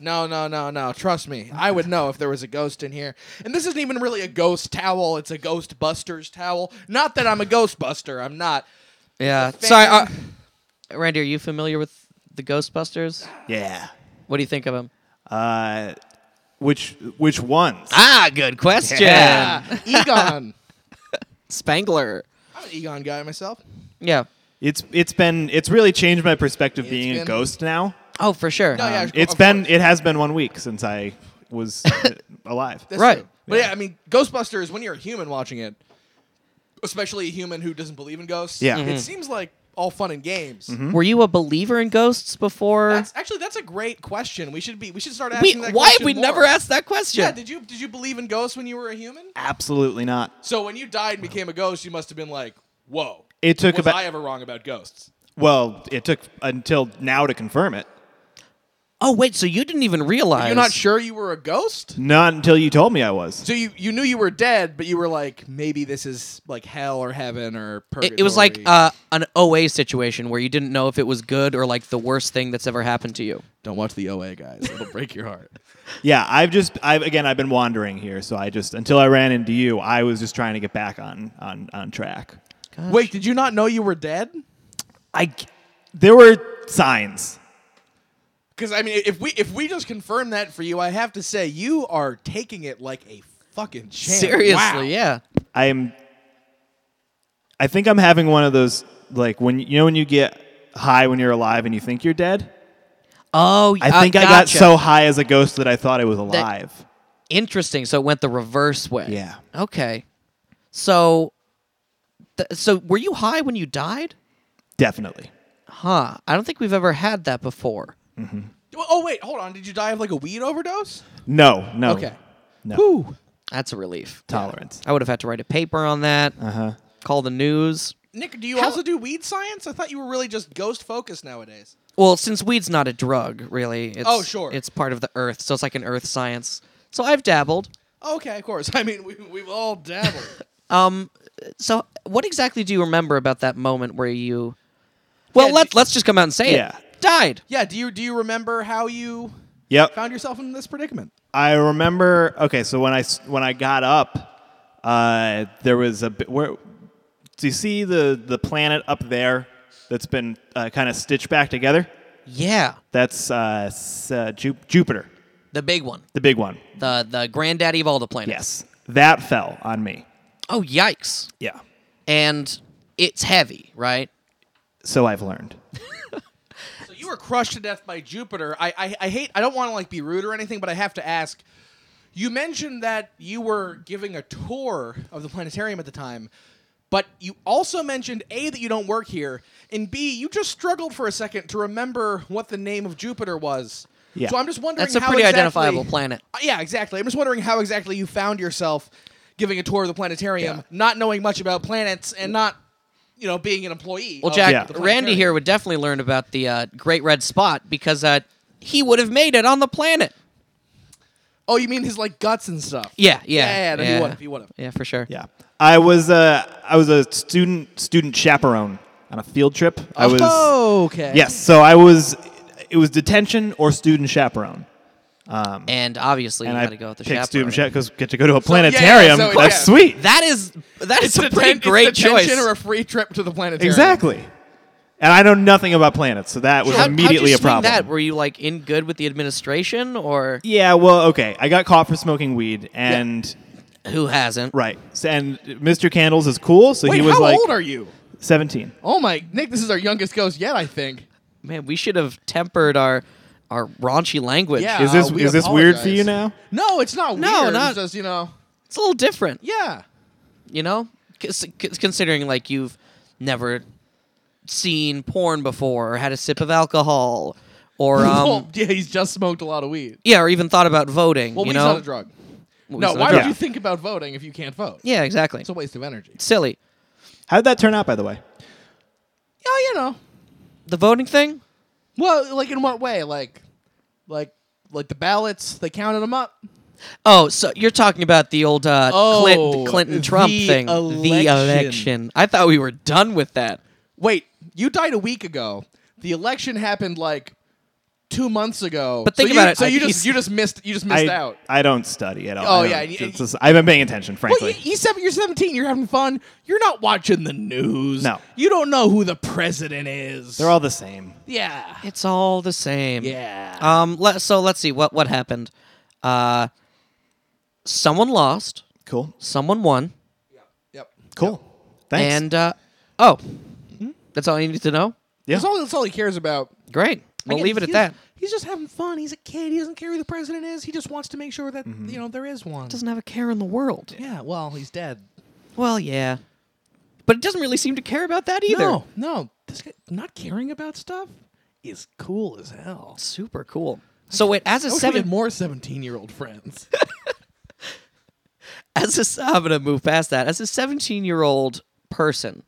S1: No, no, no, no. Trust me. I would know if there was a ghost in here. And this isn't even really a ghost towel, it's a ghost busters towel. Not that I'm a ghost buster, I'm not.
S2: Yeah.
S1: fan-
S2: Sorry, uh, Randy, are you familiar with the Ghostbusters?
S4: Yeah.
S2: What do you think of them?
S4: Uh, which which ones?
S2: Ah, good question.
S1: Yeah.
S2: Ah.
S1: Uh, Egon.
S2: Spangler.
S1: I'm an Egon guy myself.
S2: Yeah.
S4: It's it's been it's really changed my perspective being a
S1: been-
S4: ghost now.
S2: Oh, for sure.
S1: No, yeah,
S4: Um,
S1: of
S4: it's
S1: course.
S4: been it has been one week since I was uh, alive.
S1: That's
S2: Right.
S1: true. But yeah. I mean, Ghostbusters, when you're a human watching it, especially a human who doesn't believe in ghosts,
S4: Yeah. Mm-hmm.
S1: it
S2: Mm-hmm.
S4: Mhm.
S1: seems like all fun and games.
S2: Were you a believer in ghosts before?
S1: That's actually that's a great question. We should be we should start
S2: we,
S1: asking that
S2: why have
S1: question
S2: we
S1: more.
S2: never asked that question?
S1: Yeah, did you did you believe in ghosts when you were a human?
S4: Absolutely not.
S1: So when you died and became a ghost, you must have been like, "Whoa!"
S4: It took
S1: was
S4: about
S1: I ever wrong about ghosts?
S4: well, it took until now to confirm it.
S2: oh, wait, so you didn't even realize.
S1: You're not sure you were a ghost.
S4: Not until you told me I was.
S1: So you, you knew you were dead, but you were like, maybe this is like hell or heaven or purgatory.
S2: It, it was like uh, an OA situation where you didn't know if it was good or like the worst thing that's ever happened to you.
S1: don't watch the OA guys; it'll break your heart.
S4: Yeah, I've just I've again I've been wandering here, so I just until I ran into you, I was just trying to get back on on on track.
S1: Wait, did you not know you were dead?
S4: I there were signs.
S1: Because I mean, if we if we just confirm that for you, I have to say you are taking it like a fucking champ.
S2: Seriously,
S1: Wow.
S2: yeah.
S4: I'm I think I'm having one of those like when you know when you get high when you're alive and you think you're dead?
S2: Oh,
S4: I think I got so high as a ghost that I thought I was alive.
S2: interesting. So it went the reverse way.
S4: Yeah.
S2: Okay. So, th- so were you high when you died?
S4: Definitely.
S2: Huh. I don't think we've ever had that before.
S1: Well, Oh wait, hold on. Did you die of like a weed overdose?
S4: No, no.
S1: Okay.
S4: No.
S1: Whew.
S2: That's a relief.
S4: Tolerance.
S2: I would have had to write a paper on that. Uh
S4: Uh-huh.
S2: huh. Call the news.
S1: Nick, do you also do weed science? I thought you were really just ghost focused nowadays.
S2: Well, since weed's not a drug, really. It's,
S1: Oh, sure.
S2: It's part of the earth, so it's like an earth science. So I've dabbled.
S1: Oh, Okay, of course. I mean, we, we've all dabbled.
S2: Um, So what exactly do you remember about that moment where you? Well,
S1: Yeah,
S2: let
S1: d-
S2: let's just come out and say
S4: Yeah.
S2: it. Died.
S1: yeah. Do you do you remember how you
S4: Yep.
S1: found yourself in this predicament?
S4: I remember. Okay, so when I s- when I got up, uh, there was a bit where. Do you see the the planet up there that's been uh, kind of stitched back together?
S2: Yeah,
S4: That's uh, s- uh, Ju- Jupiter,
S2: the big one,
S4: the big one.
S2: the the granddaddy of all the planets.
S4: Yes, that fell on me.
S2: Oh yikes!
S4: Yeah.
S2: And it's heavy, right?
S4: So I've learned.
S1: So you were crushed to death by Jupiter. I I, I hate. I don't want to like be rude or anything, but I have to ask. You mentioned that you were giving a tour of the planetarium at the time, but you also mentioned a that you don't work here, and b you just struggled for a second to remember what the name of Jupiter was.
S4: Yeah.
S1: So I'm just wondering.
S2: That's a
S1: how
S2: pretty
S1: exactly-
S2: identifiable planet.
S1: Uh, Yeah, exactly. I'm just wondering how exactly you found yourself giving a tour of the planetarium, not knowing much about planets, and not, you know, being an employee.
S2: Well,
S1: of
S2: Jack,
S4: Yeah.
S1: the
S2: Randy
S1: planetarium.
S2: here would definitely learn about the uh, Great Red Spot because uh, he would have made it on the planet.
S1: Oh, you mean his like guts and stuff?
S2: Yeah, yeah,
S1: Yeah, yeah, no, he would've, he would've.
S2: Yeah, for sure.
S4: Yeah. I was uh, I was a student student chaperone on a field trip. I was.
S1: Oh, okay.
S4: Yes. So I was. It was detention or student chaperone.
S2: And obviously,
S4: And
S2: you
S4: I
S2: got to go with the
S4: picked
S2: chaperone.
S4: student because get to go to a
S1: yeah, yeah,
S4: planetarium.
S1: so it-
S4: That's
S1: yeah.
S4: sweet.
S2: that is that
S1: It's,
S2: is a pretty great choice.
S1: or a free trip to the planetarium.
S4: Exactly. And I know nothing about planets, so that was
S2: How- how'd you
S4: immediately a
S2: swing
S4: problem.
S2: That were you like in good with the administration or
S4: yeah, well, okay. I got caught for smoking weed, and
S2: who hasn't?
S4: right, S- and Mr. Candles is cool, so
S1: Wait,
S4: he was
S1: how
S4: like
S1: old are you?
S4: seventeen.
S1: Oh my, Nick, this is our youngest ghost yet, I think.
S2: Man, we should have tempered our our raunchy language.
S1: Yeah.
S4: Is this
S1: Uh, we
S4: is this weird for
S1: apologize.
S4: you now?
S1: No, it's not
S2: No,
S1: weird.
S2: not-
S1: It's just you know.
S2: It's a little different,
S1: Yeah.
S2: you know, Cons- c- considering like you've never seen porn before or had a sip of alcohol or
S1: well,
S2: um
S1: yeah, he's just smoked a lot of weed.
S2: yeah, or even thought about voting,
S1: Well,
S2: you
S1: weed's
S2: know.
S1: not a drug.
S2: Well,
S1: no,
S2: weed's not a
S1: why
S2: drug.
S1: would you think about voting if you can't vote?
S2: Yeah, exactly.
S1: It's a waste of energy.
S2: Silly.
S4: How did that turn out, by the way?
S1: Oh, you know.
S2: The voting thing?
S1: Well, like in what way? Like, like, like the ballots? They counted them up.
S2: Oh, so you're talking about the old uh,
S1: Oh,
S2: Clinton, Clinton Trump
S1: the
S2: thing. The
S1: election.
S2: election. I thought we were done with that.
S1: Wait, you died a week ago. The election happened like two months ago.
S2: But think
S1: So you-
S2: about it,
S1: So
S2: I-
S1: you just
S2: he's-
S1: you just missed you just missed
S4: I,
S1: out.
S4: I don't study at all.
S1: Oh,
S4: I don't-
S1: yeah, and you-
S4: it's just- I haven't been paying attention,
S1: Well,
S4: frankly.
S1: you, you seven, you're 17. You're having fun. You're not watching the news.
S4: No.
S1: you don't know who the president is.
S4: They're all the same.
S1: yeah,
S2: It's all the same.
S1: yeah.
S2: Um. Let, so let's see what what happened. Uh, someone lost.
S4: Cool.
S2: Someone won.
S1: yep.
S4: Cool. Thanks.
S2: And uh, oh, that's all you need to know.
S4: Yeah.
S1: That's all. That's all he cares about.
S2: Great. We'll
S1: Again,
S2: leave it at
S1: he's-
S2: that.
S1: He's just having fun. He's a kid. He doesn't care who the president is. He just wants to make sure that you know there is one.
S2: Mm-hmm. Doesn't have a care in the world.
S1: yeah. Well, he's dead.
S2: Well, yeah, but it doesn't really seem to care about that either.
S1: No, no. This guy not caring about stuff is cool as hell.
S2: Super cool. So wait, as a
S1: I wish we had
S2: seven,
S1: more 17 year old friends.
S2: as a, I'm gonna move past that. As a 17 year old person,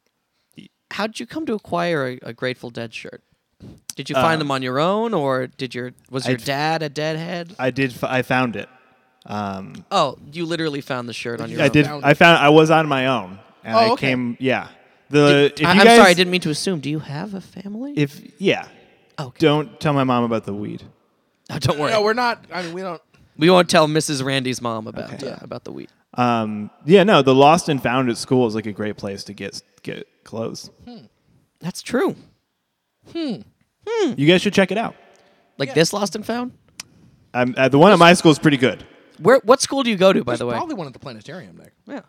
S2: how did you come to acquire a, a Grateful Dead shirt? Did
S4: Uh,
S2: you find them on your own, or did your was your
S4: I'd-
S2: dad a deadhead?
S4: I did. F- I found it. Um,
S2: Oh, you literally found the shirt on your
S4: I
S2: own.
S4: did.
S1: found
S4: I found. I was on my own, and
S1: Oh,
S4: I
S1: okay.
S4: came. Yeah. The. Uh, if
S2: I, am
S4: you guys,
S2: sorry, I didn't mean to assume. Do you have a family?
S4: If yeah.
S2: Okay.
S4: Don't tell my mom about the weed.
S2: Oh, don't worry.
S1: no, we're not. I mean, we don't.
S2: we won't tell Mrs. Randy's mom about uh, about the wheat.
S4: Um, yeah. No. The lost and found at school is like a great place to get get clothes.
S1: Hmm.
S2: That's true.
S4: You guys should check it out.
S2: Like this lost and found.
S4: Um, uh, the one at my school is pretty good.
S2: Where? What school do you go to, by the way?
S1: probably one at the planetarium there.
S2: Yeah.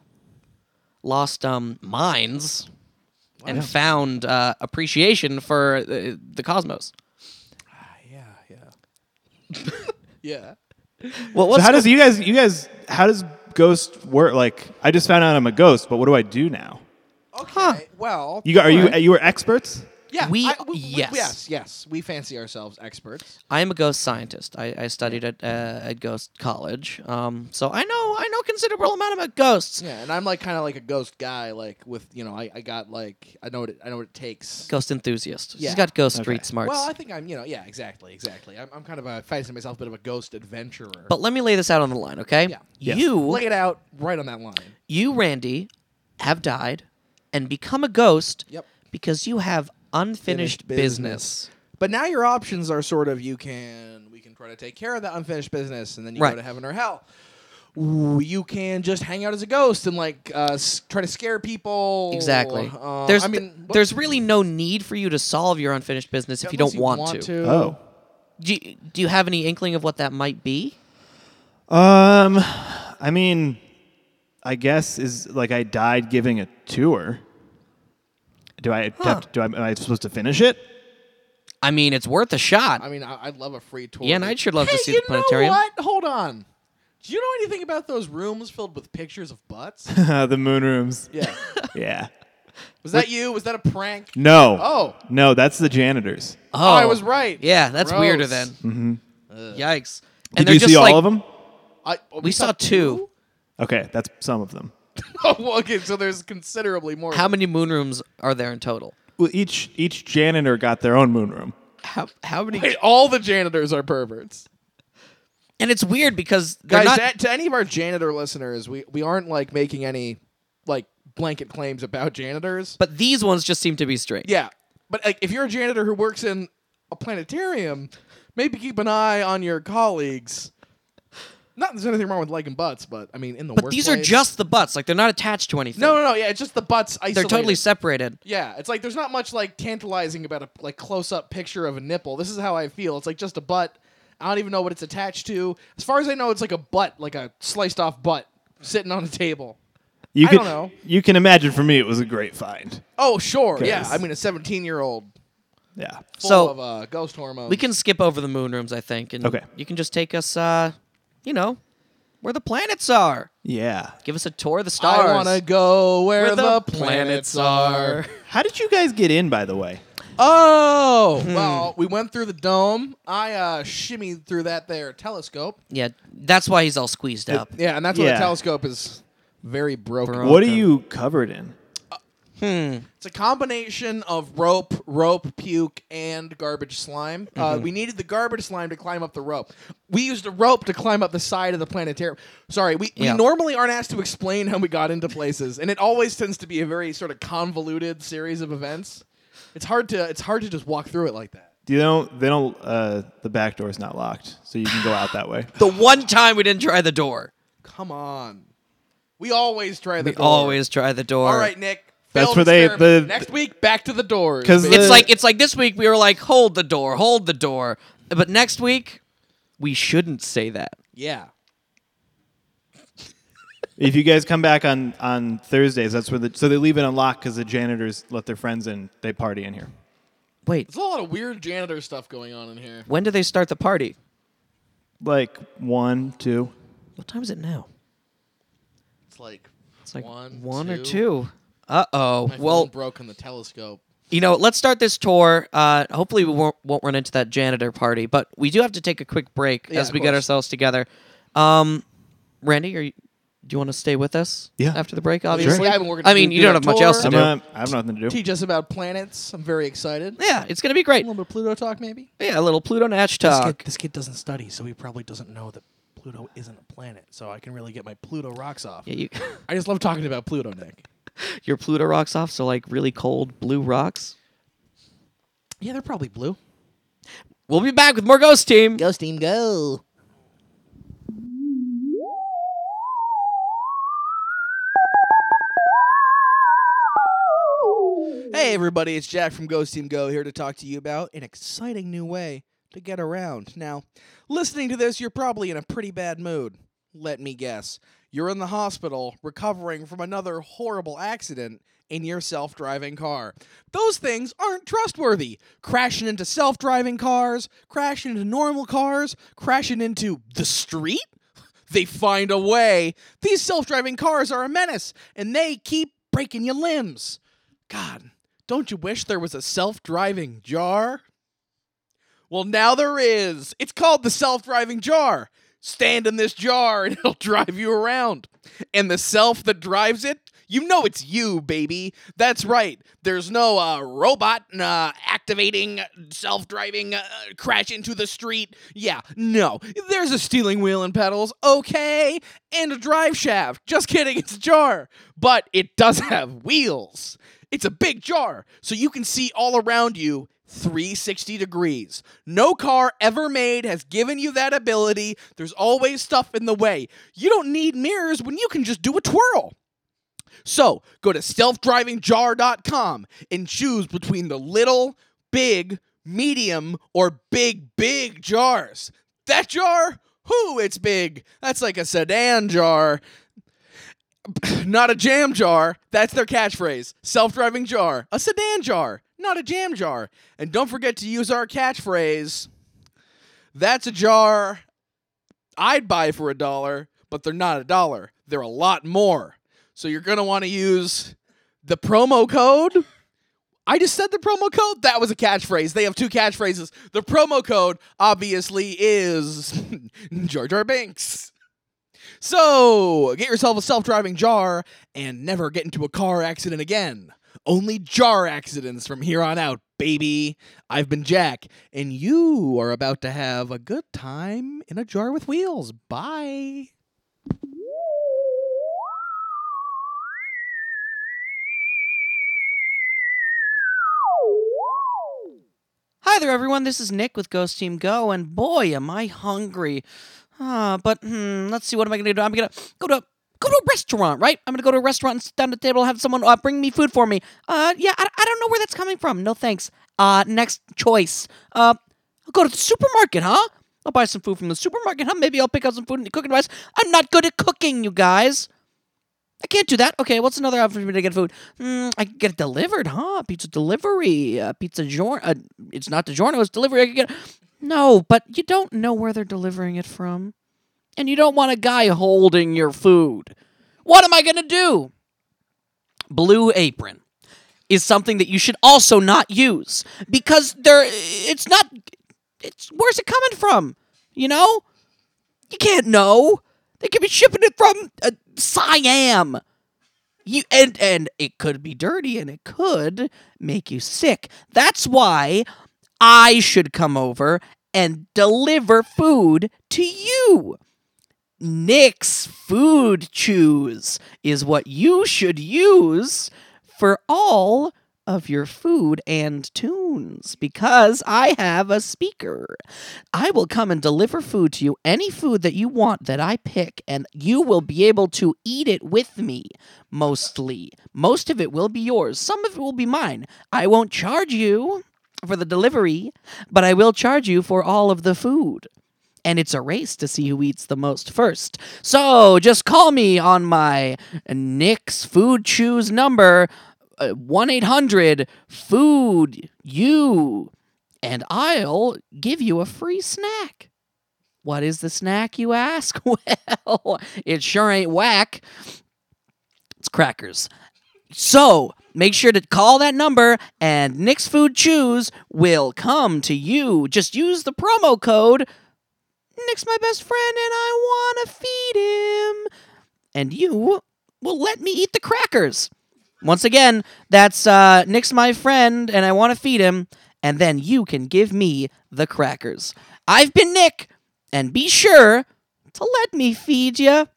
S2: Lost um, minds and found uh, appreciation for uh, the cosmos.
S1: Yeah, Uh, yeah. yeah.
S2: Well,
S4: So
S2: what's
S4: how does you guys? You guys? How does ghost work? Like, I just found out I'm a ghost, but what do I do now?
S1: Okay. Well,
S4: You got? Are you? You were experts?
S1: yeah.
S2: we-
S1: I-
S2: yes.
S1: yes, yes. We fancy ourselves experts.
S2: I am a ghost scientist. I, I studied at uh, at Ghost College, um, so I know I know a considerable amount about ghosts.
S1: Yeah, and I'm like kind of like a ghost guy. Like with you know, I, I got like I know what it, I know what it takes.
S2: Ghost enthusiast. She's
S1: Yeah.
S2: got ghost street
S4: Okay.
S2: smarts.
S1: Well, I think I'm you know yeah exactly exactly. I'm, I'm kind of a fancy myself a bit of a ghost adventurer.
S2: but let me lay this out on the line, okay?
S1: Yeah.
S4: Yes.
S2: You
S1: lay it out right on that line.
S2: you, Randy, have died and become a ghost
S1: Yep.
S2: because you have unfinished
S1: Finished business. But now your options are sort of you can we can try to take care of that unfinished business, and then you
S2: Right.
S1: go to heaven or hell. Ooh, you can just hang out as a ghost and like uh, s- try to scare people.
S2: Exactly.
S1: Uh,
S2: there's
S1: I mean,
S2: th-
S1: what-
S2: there's really no need for you to solve your unfinished business if you
S1: unless
S2: don't want, to.
S4: Oh.
S2: Do you, do you have any inkling of what that might be?
S4: Um, I mean, I guess is like I died giving a tour. Do I have to- do I am I supposed to finish it?
S2: I mean, it's worth a shot.
S1: I mean, I, I'd love a free tour.
S2: Yeah, and I'd sure love to
S1: Hey,
S2: see
S1: you
S2: the planetarium.
S1: Know what? Hold on. Do you know anything about those rooms filled with pictures of butts?
S4: the moon rooms.
S1: yeah.
S4: Yeah.
S1: Was that you? Was that a prank?
S4: No.
S1: Oh.
S4: No, that's the janitors.
S1: Oh, I was right.
S2: Yeah, that's weirder
S1: Gross.
S2: then. Yikes.
S4: Mm-hmm. Did
S2: they're
S4: you
S2: just
S4: see all
S2: like-
S4: of them?
S1: I,
S2: We saw two.
S4: Okay, that's some of them.
S1: oh, well, okay, so there's considerably more.
S2: How many moon rooms are there in total?
S4: Well, each each janitor got their own moon room.
S2: How how many?
S1: Wait, all the janitors are perverts.
S2: And it's weird because they're
S1: Guys,
S2: not.
S1: to, to any of our janitor listeners, we, we aren't like making any like blanket claims about janitors.
S2: but these ones just seem to be straight.
S1: Yeah, but like, if you're a janitor who works in a planetarium, maybe keep an eye on your colleagues. Not that there's anything wrong with liking butts, but I mean, in the
S2: but these are
S1: workplace-
S2: just the butts. Like they're not attached to anything.
S1: no, no, no. Yeah, it's just the butts
S2: they're
S1: isolated.
S2: totally separated.
S1: yeah. It's like there's not much like tantalizing about a like close up picture of a nipple. This is how I feel. It's like just a butt. I don't even know what it's attached to. As far as I know, it's like a butt, like a sliced off butt sitting on a table.
S4: You
S1: I
S4: can
S1: don't know.
S4: you can imagine for me it was a great find.
S1: Oh, sure. Yeah.
S4: Yes.
S1: I mean, a 17 year old
S4: Yeah.
S1: full
S2: So-
S1: of uh, ghost hormones.
S2: We can skip over the moon rooms, I think, and
S4: Okay.
S2: you can just take us, uh, you know, where the planets are.
S4: Yeah.
S2: Give us a tour of the stars.
S1: I want to go where,
S2: Where
S1: the,
S2: the
S1: planets
S2: planets
S1: are.
S4: How did you guys get in by the way?
S1: Oh, well, we went through the dome. I uh, shimmied through that there telescope.
S2: Yeah, that's why he's all squeezed up.
S1: Yeah, and that's why
S4: Yeah.
S1: the telescope is very broken.
S2: Bro-
S4: What are
S2: Okay.
S4: you covered in?
S1: It's a combination of rope, rope puke, and garbage slime. Uh,
S4: Mm-hmm.
S1: we needed the garbage slime to climb up the rope. We used a rope to climb up the side of the planetarium. Sorry, we,
S2: Yeah.
S1: we normally aren't asked to explain how we got into places, and it always tends to be a very sort of convoluted series of events. It's hard to it's hard to just walk through it like that.
S4: Do you know they don't? Uh, the back door is not locked, so you can go out that way.
S2: The one time we didn't try the door.
S1: Come on. We always try the
S2: We
S1: door.
S2: always try the door.
S1: All right, Nick.
S4: That's
S1: Failed
S4: where they-
S1: experiment.
S4: the-
S1: next week back to the doors.
S4: 'Cause
S1: baby.
S2: It's
S4: Uh,
S2: like it's like this week we were like hold the door, hold the door. But next week we shouldn't say that.
S1: yeah.
S4: If you guys come back on on Thursdays, that's where the so they leave it unlocked because the janitors let their friends in. They party in here.
S2: Wait,
S1: There's a lot of weird janitor stuff going on in here.
S2: when do they start the party?
S4: Like one, two.
S2: What time is it now?
S1: It's like
S2: It's like
S1: one,
S2: or two. Uh-oh.
S1: My
S2: well,
S1: phone broke on the telescope.
S2: you know, let's start this tour. Uh, hopefully, we won't, won't run into that janitor party, but we do have to take a quick break
S1: Yeah,
S2: as
S1: of
S2: we get
S1: course.
S2: ourselves together. Um, Randy, are you, do you want to stay with us?
S4: Yeah.
S2: After the break,
S1: Sure.
S2: obviously.
S1: Yeah, but we're gonna
S2: I mean,
S1: do-
S2: you
S1: do
S2: don't
S1: the
S2: have much
S1: tour.
S2: else to
S4: I'm
S2: do.
S4: not, I have nothing to do.
S1: Teach us about planets. I'm very excited. A
S2: yeah, it's gonna be great.
S1: little bit of Pluto talk, maybe.
S2: Yeah, a little Pluto Natch
S1: This kid,
S2: talk.
S1: this kid doesn't study, so he probably doesn't know that Pluto isn't a planet. So I can really get my Pluto rocks off.
S2: Yeah, you,
S1: I just love talking about Pluto, Nick.
S2: your Pluto rocks off, so like really cold blue rocks.
S1: Yeah, they're probably blue.
S2: We'll be back with more Ghost Team.
S1: Ghost team, go. Hey, everybody, it's Jack from Ghost Team Go here to talk to you about an exciting new way to get around. Now, listening to this, you're probably in a pretty bad mood. Let me guess. You're in the hospital recovering from another horrible accident in your self driving car. Those things aren't trustworthy. Crashing into self driving cars, crashing into normal cars, crashing into the street? They find a way. These self driving cars are a menace, and they keep breaking your limbs. God, don't you wish there was a self driving jar? Well, now there is. It's called the self driving jar. Stand in this jar and it'll drive you around. And the self that drives it, you know it's you, baby. That's right. There's no uh, robot uh, activating, self driving, uh, crash into the street. Yeah, no. There's a steering wheel and pedals, okay, and a drive shaft. Just kidding, it's a jar. But it does have wheels. It's a big jar, so you can see all around you 360 degrees. No car ever made has given you that ability. There's always stuff in the way. You don't need mirrors when you can just do a twirl. So go to selfdrivingjar.com and choose between the little, big, medium, or big, big jars. That jar, whoo, it's big. That's like a sedan jar not a jam jar. That's their catchphrase. Self driving jar. A sedan jar, not a jam jar. And don't forget to use our catchphrase. That's a jar I'd buy for a dollar, but they're not a dollar. They're a lot more. So you're going to want to use the promo code. I just said the promo code. That was a catchphrase. They have two catchphrases. The promo code obviously is Jar Jar Binks. So, get yourself a self driving jar and never get into a car accident again. Only jar accidents from here on out, baby. I've been Jack, and you are about to have a good time in a jar with wheels. Bye.
S2: Hi there, everyone. This is Nick with Ghost Team Go, and boy, am I hungry. Ah, but hmm, let's see. What am I gonna do? I'm gonna go to go to a restaurant, right? I'm gonna go to a restaurant and sit down at the table, have someone uh, bring me food for me. Uh, yeah, I, I don't know where that's coming from. No thanks. Uh, next choice. Uh, I'll go to the supermarket, huh? I'll buy some food from the supermarket, huh? Maybe I'll pick up some food and cooking rice. I'm not good at cooking, you guys. I can't do that. Okay, what's another option for me to get food? Mm, I can get it delivered, huh? Pizza delivery, uh, pizza giorno. Uh, it's not DiGiorno, it's delivery. I can get. No, but you don't know where they're delivering it from, and you don't want a guy holding your food. What am I gonna do? Blue Apron is something that you should also not use because they're. It's not. It's where's it coming from? You know. You can't know. They could be shipping it from uh, Siam. You and and it could be dirty and it could make you sick. That's why I should come over and deliver food to you. Nick's food choose is what you should use for all of your food and tunes because I have a speaker. I will come and deliver food to you, any food that you want that I pick, and you will be able to eat it with me, mostly. Most of it will be yours, some of it will be mine. I won't charge you for the delivery, but I will charge you for all of the food. And it's a race to see who eats the most first. So just call me on my Nick's Food Choose number, uh, 1 800 Food You, and I'll give you a free snack. What is the snack, you ask? Well, it sure ain't whack. It's crackers. So make sure to call that number, and Nick's Food Choose will come to you. Just use the promo code Nick's my best friend, and I want to feed him. And you will let me eat the crackers. Once again, that's uh, Nick's my friend, and I want to feed him. And then you can give me the crackers. I've been Nick, and be sure to let me feed you.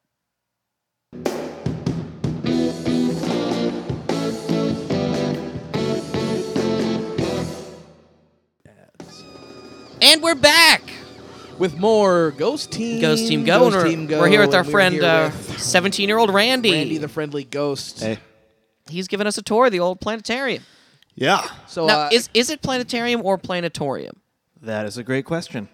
S2: And we're back.
S1: With more Ghost Team.
S2: Ghost Team Go. and
S1: Ghost
S2: we're,
S1: Team Go,
S2: we're here with
S1: and
S2: our
S1: we're
S2: friend,
S1: here
S2: uh,
S1: with
S2: 17 year old Randy.
S1: Randy the Friendly Ghost.
S4: Hey.
S2: He's giving us a tour of the old planetarium.
S4: Yeah.
S1: So
S2: now,
S1: uh,
S2: is, is it planetarium or planetorium?
S4: That is a great question.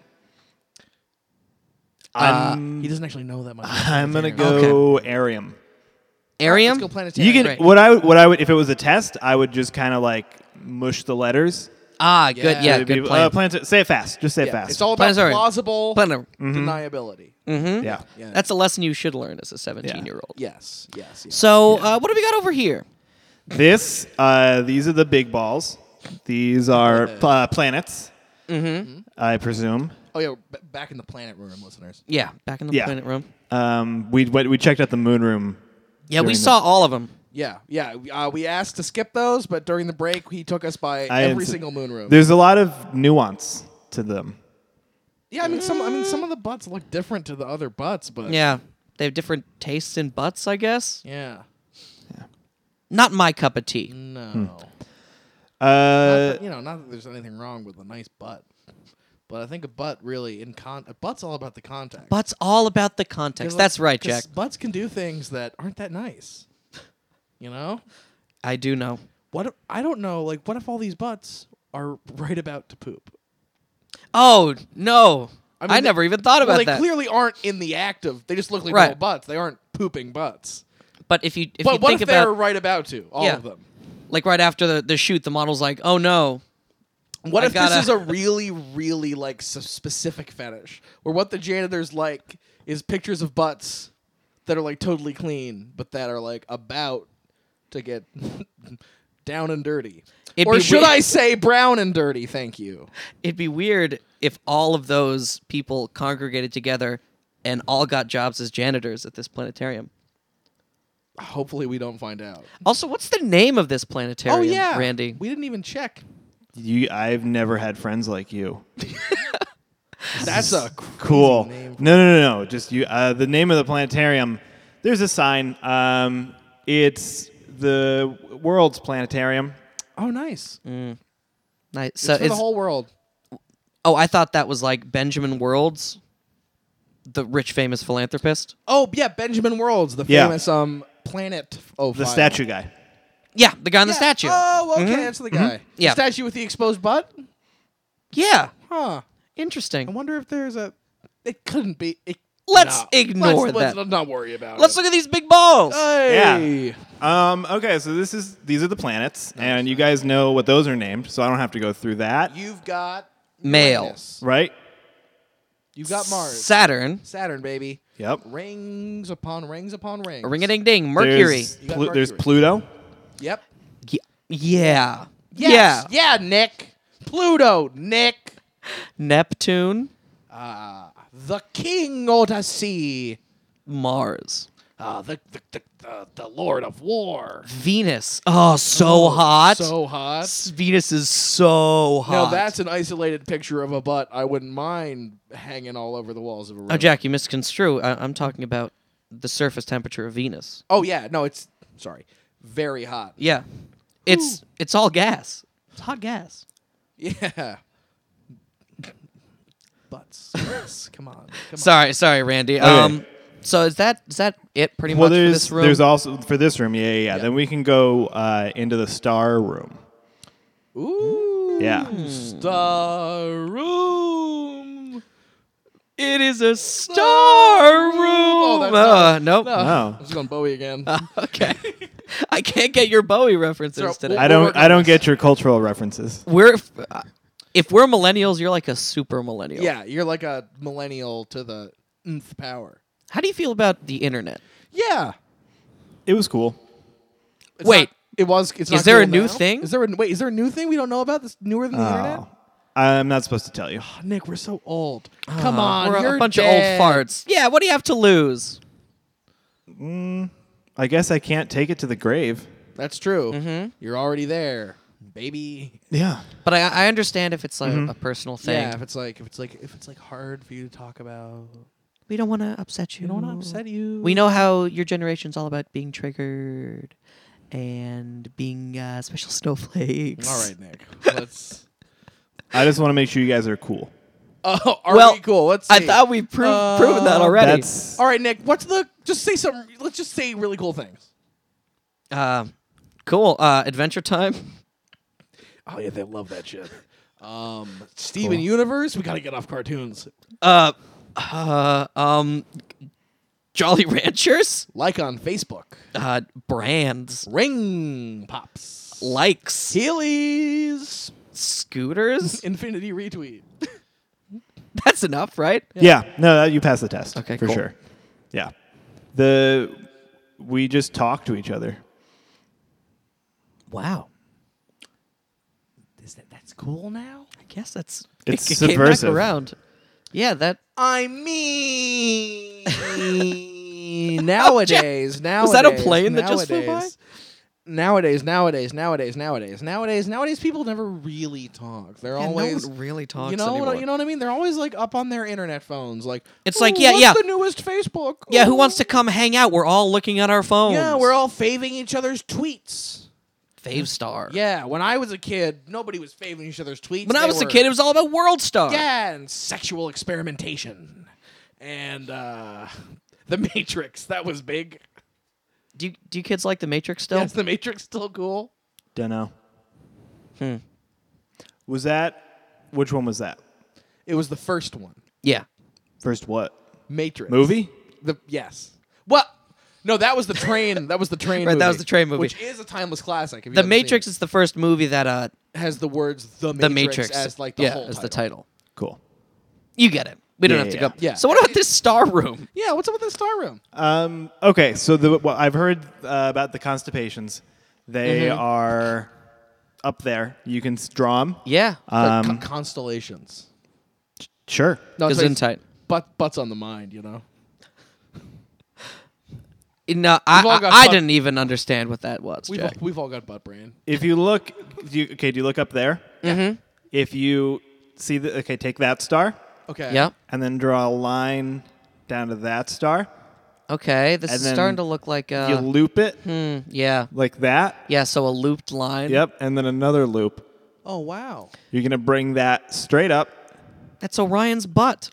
S1: uh,
S4: Um,
S1: he doesn't actually know that much. about
S4: I'm gonna
S1: planetarium.
S4: go Arium.
S2: Arium?
S1: Let's go
S4: You
S1: planetarium.
S4: can
S2: Right.
S4: what I what I would if it was a test, I would just kind of like mush the letters.
S2: ah, good.
S1: Yeah.
S2: Yeah,
S4: It'd
S2: good
S4: be,
S2: plan.
S4: Uh, planta- say it fast. Just say it
S1: Yeah,
S4: fast. Mm-hmm.
S1: it's all about
S2: Planetarium.
S1: plausible
S2: Planet-
S1: deniability.
S4: yeah.
S1: Yeah.
S2: That's a lesson you should learn as a 17 year old.
S1: yes, yes, yes.
S2: So, uh, what do we got over here?
S4: This uh, these are the big balls. These are uh, planets.
S1: Mm-hmm.
S4: I presume.
S1: Oh yeah, we're b- back in the planet room, listeners.
S2: Yeah, back in the
S4: Yeah.
S2: planet room.
S4: Um, we went, we checked out the moon room.
S2: Yeah, we
S4: During the-
S2: saw all of them.
S1: Yeah, yeah. we- Uh, we asked to skip those, but during the break, he took us by
S4: I-
S1: every single moon room.
S4: There's a lot of nuance to them.
S1: Yeah, I mean some. I mean some of the butts look different to the other butts, but
S2: Yeah, they have different tastes in butts, I guess.
S1: yeah,
S2: Not my cup of tea.
S1: no. Not
S4: Uh,
S1: that- you know, not that there's anything wrong with a nice butt, but I think a butt really in con a butt's all about the contact.
S2: Butt's all about the
S1: 'Cause,
S2: context.
S1: like,
S2: That's right,
S1: 'cause
S2: Jack.
S1: Butts can do things that aren't that nice. You know,
S2: I do know.
S1: what if- I don't know. Like, what if all these butts are right about to poop?
S2: Oh no, I,
S1: mean, they-
S2: never even thought
S1: well,
S2: about
S1: they
S2: that.
S1: clearly aren't in the act of. They just look like
S2: Right.
S1: normal butts. They aren't pooping butts.
S2: but if you if
S1: but
S2: you
S1: what
S2: think
S1: if
S2: about
S1: they're right about to? All
S2: Yeah.
S1: of them.
S2: like right after the, the shoot, the model's like, oh no,
S1: What
S2: I
S1: if
S2: gotta-
S1: this is a really, really like s- specific fetish where what the janitors like is pictures of butts that are like totally clean, but that are like about to get down and dirty,
S2: It'd
S1: or
S2: be
S1: should
S2: weird-
S1: I say brown and dirty? Thank you.
S2: it'd be weird if all of those people congregated together and all got jobs as janitors at this planetarium.
S1: Hopefully, we don't find out.
S2: Also, what's the name of this planetarium,
S1: oh yeah,
S2: Randy?
S1: we didn't even check.
S4: you, I've never had friends like you.
S1: That's a crazy
S4: Cool.
S1: name.
S4: No, no, no, no. Just you. Uh, the name of the planetarium. There's a sign. Um, it's the world's planetarium.
S1: Oh, nice.
S2: Nice. So
S1: It's for
S2: it's,
S1: the whole world.
S2: oh, I thought that was like Benjamin Worlds, the rich famous philanthropist.
S1: Oh yeah, Benjamin Worlds, the
S4: Yeah.
S1: famous um planet. Oh,
S4: The statue guy.
S2: Yeah, the guy on the statue. Mm-hmm.
S1: Oh, okay, that's the guy. The
S2: Yeah.
S1: statue with the exposed butt.
S2: yeah,
S1: Huh. I
S2: interesting.
S1: wonder if there's a. It couldn't be. It,
S2: Let's
S1: Nah.
S2: ignore
S1: let's,
S2: that.
S1: Let's not worry about
S2: Let's
S1: it.
S2: look at these big balls.
S1: Uh, Hey.
S4: Um, okay, so this is these are the planets, and you guys know what those are named, so I don't have to go through that,
S1: You've got
S2: Male.
S1: Uranus.
S4: right?
S1: You've got Mars.
S2: Saturn,
S1: Saturn, baby.
S4: Yep.
S1: Rings upon rings upon rings.
S2: ring a ding ding, Mercury.
S4: There's,
S1: You got
S4: Plu- there's
S1: Mercury.
S4: Pluto.
S1: Yep.
S2: Ye- Yeah.
S1: Yes. Yeah,
S2: Yeah.
S1: Nick. Pluto, Nick.
S2: Neptune,
S1: The king of the sea.
S2: Mars,
S1: Uh, the, the, the, the, the lord of war.
S2: Venus. Oh, so hot.
S1: So hot.
S2: S- Venus is so hot.
S1: Now that's an isolated picture of a butt. I wouldn't mind hanging all over the walls of a room.
S2: Oh, Jack, you misconstrue. I- I'm talking about the surface temperature of Venus.
S1: Oh yeah, no, it's sorry, very hot.
S2: Yeah. It's it's all gas. It's hot gas.
S1: Yeah. Butts. Yes. Come on. Come
S2: Sorry, sorry, Randy. Um, so is that is that it pretty much
S4: Well,
S2: for
S4: there's
S2: this room?
S4: there's also for this room. Yeah, yeah. yeah. Then we can go uh, into the star room.
S1: on. Ooh.
S4: Yeah.
S2: Hmm.
S1: Star room.
S2: it is a star room.
S1: Oh, that's
S2: uh, nope.
S1: No.
S4: Oh.
S1: I was going Bowie again.
S2: Uh, Okay. I can't get your Bowie references
S1: So,
S2: today.
S1: wh-
S4: I don't I don't get your cultural references.
S2: we're if, uh, if we're millennials, you're like a super millennial.
S1: yeah, you're like a millennial to the nth power.
S2: How do you feel about the internet?
S1: Yeah.
S4: It was cool.
S1: It's
S2: Wait.
S1: not- it was. It's
S2: Is
S1: not
S2: there a
S1: cool
S2: new
S1: now?
S2: thing?
S1: Is there a wait? Is there a new thing we don't know about that's newer than the internet?
S4: Oh. I'm not supposed to tell you.
S1: Nick, we're so old. Come on,
S2: Uh, we're
S1: you're
S2: a bunch
S1: dead.
S2: of old farts. Yeah. What do you have to lose?
S4: I guess I can't take it to the grave.
S1: That's true. You're already there, baby.
S4: Yeah.
S2: But I, I understand if it's like a personal thing.
S1: Mm-hmm. Yeah, if it's like if it's like if it's like hard for you to talk about,
S2: We don't want to upset you.
S1: you don't want to upset you.
S2: We know how your generation's all about being triggered and being uh, special snowflakes.
S1: All right, Nick. Let's.
S4: I just want to make sure you guys are cool.
S1: Oh, are
S2: Well,
S1: we cool? Let's.
S2: I
S1: see.
S2: thought we proved proven that
S1: Uh,
S2: already.
S4: That's
S1: All right, Nick. What's the? Just say some. Let's just say really cool things.
S2: Uh, cool. Uh, Adventure Time.
S1: Oh yeah, they love that shit. Um, Steven Universe. We gotta get off cartoons.
S2: Uh, uh, um, Jolly Ranchers.
S1: Like on Facebook.
S2: Uh, brands.
S1: Ring pops.
S2: Likes.
S1: Heelys.
S2: Scooters.
S1: Infinity retweet.
S2: That's enough, right?
S4: yeah. No, that, you passed the test.
S2: Okay,
S4: for
S2: cool.
S4: sure. Yeah. The we just talk to each other.
S2: Wow.
S1: Is that that's cool now?
S2: I guess that's
S4: It's
S2: it, came back
S4: subversive.
S2: around. Yeah, that
S1: I mean, nowadays, nowadays,
S2: Was that a plane that just flew by?
S1: nowadays- Nowadays, nowadays, nowadays, nowadays, nowadays, nowadays, people never really talk. They're
S2: yeah,
S1: always,
S2: no one really talks
S1: you know,
S2: anymore.
S1: you know what I mean. They're always like up on their internet phones, like
S2: It's like,
S1: "Ooh,
S2: yeah,
S1: what's
S2: yeah.
S1: the newest Facebook.
S2: yeah, who
S1: Ooh."
S2: wants to come hang out? We're all looking at our phones.
S1: Yeah, we're all faving each other's tweets.
S2: fave star.
S1: Yeah, when I was a kid, nobody was faving each other's tweets.
S2: When I
S1: They
S2: was a
S1: were-
S2: kid, it was all about World Star.
S1: Yeah, and sexual experimentation. And uh The Matrix, that was big.
S2: Do you, do you kids like The Matrix still?
S1: That's The Matrix still cool?
S4: Dunno. Hmm. Was that which one was that?
S1: It was the first one.
S2: Yeah.
S4: First what?
S1: Matrix.
S4: Movie?
S1: The yes. Well, no, that was the train. that was the train
S2: Right,
S1: movie.
S2: that was the train movie.
S1: Which is a timeless classic. if you
S2: The
S1: haven't seen
S2: Matrix is the first movie that uh
S1: it. has the words the Matrix,
S2: The Matrix
S1: as like the
S2: yeah,
S1: whole
S2: as
S1: title.
S2: the title.
S4: Cool.
S2: You get it. We don't
S4: Yeah,
S2: have to
S4: yeah,
S2: go.
S1: yeah.
S2: So what about this star room?
S1: Yeah, what's up with the star room?
S4: Um, okay, so the, well, I've heard uh, about the constipations. They are up there. You can s- draw them.
S2: Yeah.
S1: Like,
S4: Um,
S1: co- constellations.
S4: Sure.
S1: No, it's like
S2: Gesundheit.
S1: Butt butts on the mind, you know.
S2: No, I,
S1: We've all
S2: I,
S1: got
S2: I
S1: fuck-
S2: didn't even understand what that was.
S1: We've
S2: Jack.
S1: all, we've all got butt brain.
S4: If you look, do you, okay, do you look up there? Mm-hmm. If you see the, okay, take that star
S1: Okay.
S2: Yep.
S4: and then draw a line down to that star.
S2: Okay. This
S4: And
S2: is
S4: then
S2: starting to look like
S4: you
S2: uh,
S4: loop it
S2: yeah,
S4: like that.
S2: yeah. So a looped line.
S4: Yep, and then another loop.
S1: Oh wow.
S4: You're gonna bring that straight up.
S2: That's Orion's butt.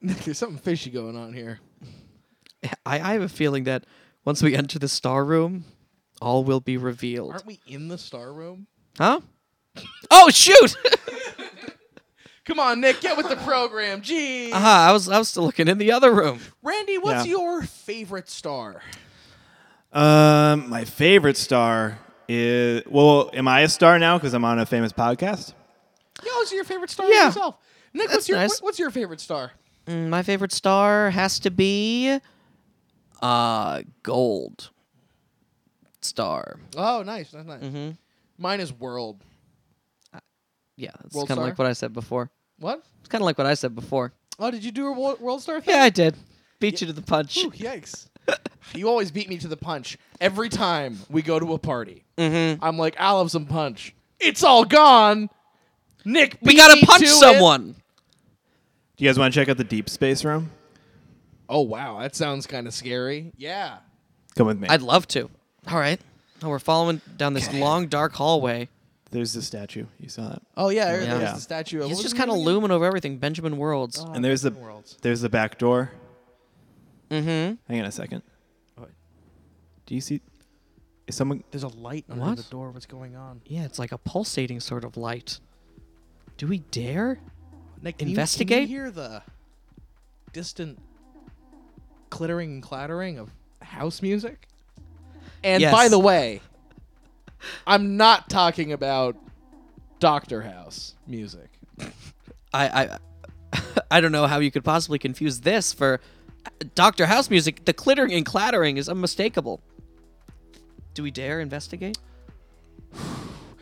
S1: There's something fishy going on here.
S2: I, I have a feeling that once we enter the star room, all will be revealed.
S1: Aren't we in the star room?
S2: Huh? Oh shoot!
S1: Come on, Nick, get with the program. Gee.
S2: uh I was I was still looking in the other room.
S1: Randy, what's
S4: Yeah.
S1: your favorite star?
S4: Um, my favorite star is well, am I a star now because I'm on a famous podcast?
S1: Yeah, what's your favorite star
S2: Yeah.
S1: yourself? Nick,
S2: That's
S1: what's your
S2: nice.
S1: what- what's your favorite star?
S2: Mm, My favorite star has to be uh gold star.
S1: Oh, nice. That's nice. Mine is world.
S2: Yeah, it's
S1: World
S2: kind of like
S1: star?
S2: what I said before.
S1: What?
S2: It's kind of like what I said before.
S1: Oh, did you do a wo- world star thing?
S2: Yeah, I did. Beat you to the punch.
S1: Ooh, yikes. you always beat me to the punch. Every time we go to a party, I'm like, I'll have some punch. It's all gone. Nick,
S2: We
S1: beat
S2: gotta
S1: me
S2: punch
S1: to it.
S2: someone.
S4: Do you guys want to check out the deep space room?
S1: Oh wow, that sounds kind of scary. Yeah.
S4: Come with me.
S2: I'd love to. All right. Oh, we're following down this long, dark hallway.
S4: There's the statue. You saw that.
S1: Oh yeah, there- there's
S2: Yeah.
S1: the statue. Of,
S2: He's
S1: what was
S2: just
S1: his
S2: kind of
S1: name
S2: looming over everything. Benjamin Oh, Worlds.
S1: again?
S4: And there's the
S1: Worlds.
S4: there's the back door.
S2: Mm-hmm.
S4: Hang on a second.
S1: What?
S4: Do you see? Is someone?
S1: There's a light under
S2: What?
S1: the door. What's going on?
S2: Yeah, it's like a pulsating sort of light. Do we dare?
S1: Nick, can you- Can you
S2: Investigate?
S1: hear the distant clittering and clattering of house music. And
S2: Yes.
S1: by the way, I'm not talking about Doctor House music.
S2: I I I don't know how you could possibly confuse this for uh, Doctor House music. The clittering and clattering is unmistakable. Do we dare investigate?